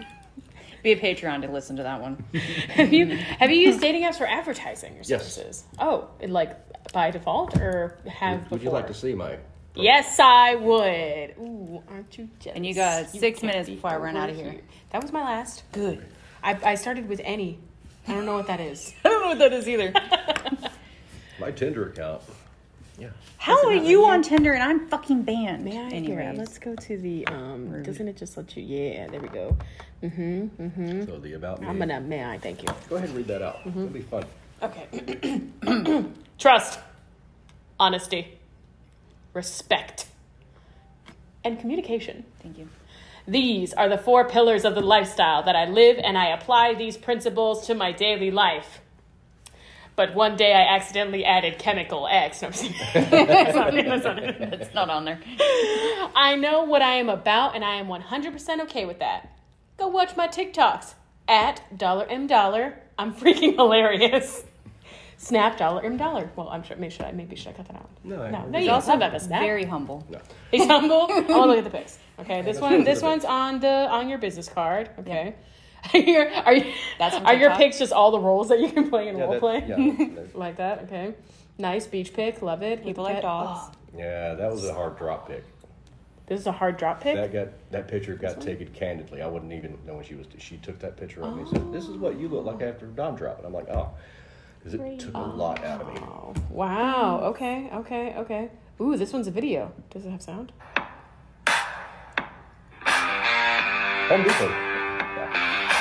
[SPEAKER 5] be a Patreon to listen to that one.
[SPEAKER 3] have you have you used dating apps for advertising or
[SPEAKER 4] Yes.
[SPEAKER 3] services? Oh, and, like by default or have
[SPEAKER 4] would,
[SPEAKER 3] before?
[SPEAKER 4] would you like to see my?
[SPEAKER 3] Yes, I would. Ooh, aren't you jealous?
[SPEAKER 5] And you got six
[SPEAKER 3] can't
[SPEAKER 5] minutes
[SPEAKER 3] be
[SPEAKER 5] before I run out of
[SPEAKER 3] over
[SPEAKER 5] here.
[SPEAKER 3] That was my last.
[SPEAKER 5] Good.
[SPEAKER 3] I, I started with any. I don't know what that is.
[SPEAKER 5] I don't know what that is either.
[SPEAKER 4] My Tinder account. Yeah.
[SPEAKER 5] How are you on Tinder and I'm fucking banned?
[SPEAKER 3] May I hear it?
[SPEAKER 5] Anyways.
[SPEAKER 3] Let's go to the um. Doesn't it just let you? Yeah, there we go. Mm-hmm. Mm-hmm.
[SPEAKER 4] So the about me.
[SPEAKER 3] I'm gonna. Mm-hmm. May I? Thank you.
[SPEAKER 4] Go ahead and read that out. It'll be fun.
[SPEAKER 3] Okay. Trust, honesty, respect, and communication.
[SPEAKER 5] Thank you.
[SPEAKER 3] These are the four pillars of the lifestyle that I live, and I apply these principles to my daily life. But one day I accidentally added chemical X. No, I'm just kidding. That's not it, that's not it.
[SPEAKER 5] It's not on there.
[SPEAKER 3] I know what I am about, and I am 100% okay with that. Go watch my TikToks at dollar m dollar. I'm freaking hilarious. Snap dollar and dollar. Well, I'm sure. Maybe should I? Maybe should I cut that out?
[SPEAKER 4] No, I-
[SPEAKER 3] no,
[SPEAKER 4] I-
[SPEAKER 3] no.
[SPEAKER 4] He's
[SPEAKER 3] You
[SPEAKER 2] also
[SPEAKER 3] also have a snap.
[SPEAKER 2] Very humble.
[SPEAKER 4] No.
[SPEAKER 3] He's humble. I want to look at the pics. Okay, this
[SPEAKER 4] that's
[SPEAKER 3] one.
[SPEAKER 4] right.
[SPEAKER 3] This one's on the on your business card. Okay. Are your are, you,
[SPEAKER 2] That's from
[SPEAKER 3] are your
[SPEAKER 2] TikTok.
[SPEAKER 3] pics just all the roles that you can play in
[SPEAKER 4] Yeah,
[SPEAKER 3] role
[SPEAKER 4] that-
[SPEAKER 3] play?
[SPEAKER 4] yeah, that-
[SPEAKER 3] like that. Okay. Nice beach pic. Love it. With
[SPEAKER 2] People
[SPEAKER 3] the
[SPEAKER 2] like
[SPEAKER 3] pet.
[SPEAKER 2] dogs.
[SPEAKER 3] Oh,
[SPEAKER 4] Yeah, that was a hard drop pick.
[SPEAKER 3] this is a hard drop pic.
[SPEAKER 4] That got that picture got taken candidly. I wouldn't even know when she was. She took that picture of me. and
[SPEAKER 3] Oh.
[SPEAKER 4] Said, "This is what you look like after Dom drop." And I'm like, "Oh," because it took a lot out of me.
[SPEAKER 3] Oh, wow. Okay. Okay. Okay. Ooh, this one's a video. Does it have sound?
[SPEAKER 4] Home Depot. Yeah.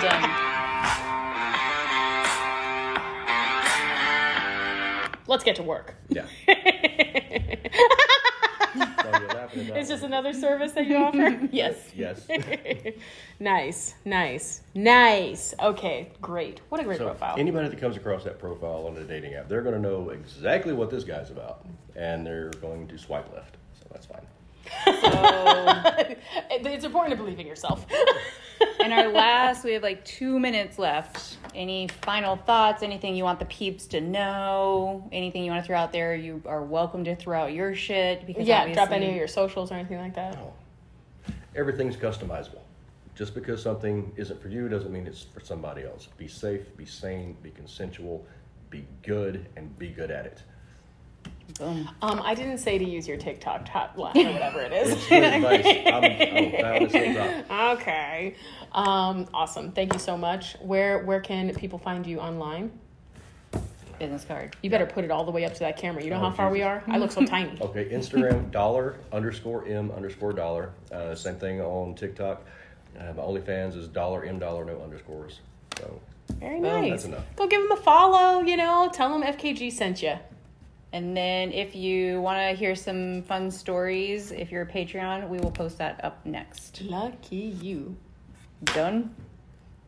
[SPEAKER 2] Done.
[SPEAKER 3] Let's get to work.
[SPEAKER 4] yeah. So you're laughing at that
[SPEAKER 3] It's just
[SPEAKER 4] one.
[SPEAKER 3] another service that you offer. yes.
[SPEAKER 4] yes.
[SPEAKER 3] Nice. Nice. Nice. Okay. Great. What a great
[SPEAKER 4] So
[SPEAKER 3] profile.
[SPEAKER 4] anybody that comes across that profile on a dating app, they're going to know exactly what this guy's about, and they're going to swipe left. So that's fine.
[SPEAKER 3] It- it's important to believe in yourself.
[SPEAKER 2] and our last, we have like two minutes left. Any final thoughts? Anything you want the peeps to know? Anything you want to throw out there? You are welcome to throw out your shit because
[SPEAKER 3] yeah. Drop
[SPEAKER 2] obviously-
[SPEAKER 3] any of your socials or anything like that.
[SPEAKER 4] Everything's customizable. Just because something isn't for you doesn't mean it's for somebody else. Be safe, be sane, be consensual, be good, and be good at it.
[SPEAKER 3] Um, I didn't say to use your TikTok top left or whatever it is.
[SPEAKER 4] It's good advice. I'm, I'm down to say that.
[SPEAKER 3] okay. Um, awesome. Thank you so much. Where where can people find you online?
[SPEAKER 2] business card.
[SPEAKER 3] You better put it all the way up to that camera. You know
[SPEAKER 4] Oh,
[SPEAKER 3] how far we
[SPEAKER 4] Jesus.
[SPEAKER 3] are? I look so tiny.
[SPEAKER 4] Okay, Instagram dollar underscore m underscore dollar. Uh, same thing on TikTok. Uh, my OnlyFans is dollar m dollar no underscores. So
[SPEAKER 3] Very nice.
[SPEAKER 4] that's enough.
[SPEAKER 3] Go give him a follow, you know, tell him FKG sent you.
[SPEAKER 2] And then if you want to hear some fun stories, if you're a Patreon, we will post that up next.
[SPEAKER 3] Lucky you.
[SPEAKER 2] Done.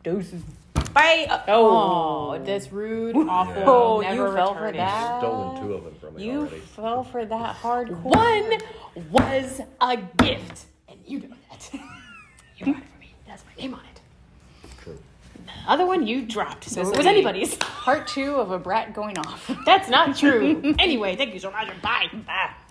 [SPEAKER 2] Doses.
[SPEAKER 3] Bye.
[SPEAKER 2] Oh.
[SPEAKER 3] Oh, that's rude, awful.
[SPEAKER 2] Oh,
[SPEAKER 3] never
[SPEAKER 2] you fell for
[SPEAKER 3] returning.
[SPEAKER 2] that?
[SPEAKER 4] Stolen two of them from me
[SPEAKER 2] You
[SPEAKER 4] already.
[SPEAKER 2] fell for that hardcore.
[SPEAKER 3] One was a gift, and you know that. you bought it for me. That's my name on it.
[SPEAKER 4] True.
[SPEAKER 3] The other one you dropped, so
[SPEAKER 2] This
[SPEAKER 3] it was
[SPEAKER 2] will be-
[SPEAKER 3] anybody's.
[SPEAKER 2] Part two of a brat going off.
[SPEAKER 3] That's not true. anyway, thank you so much. and Bye. Bye.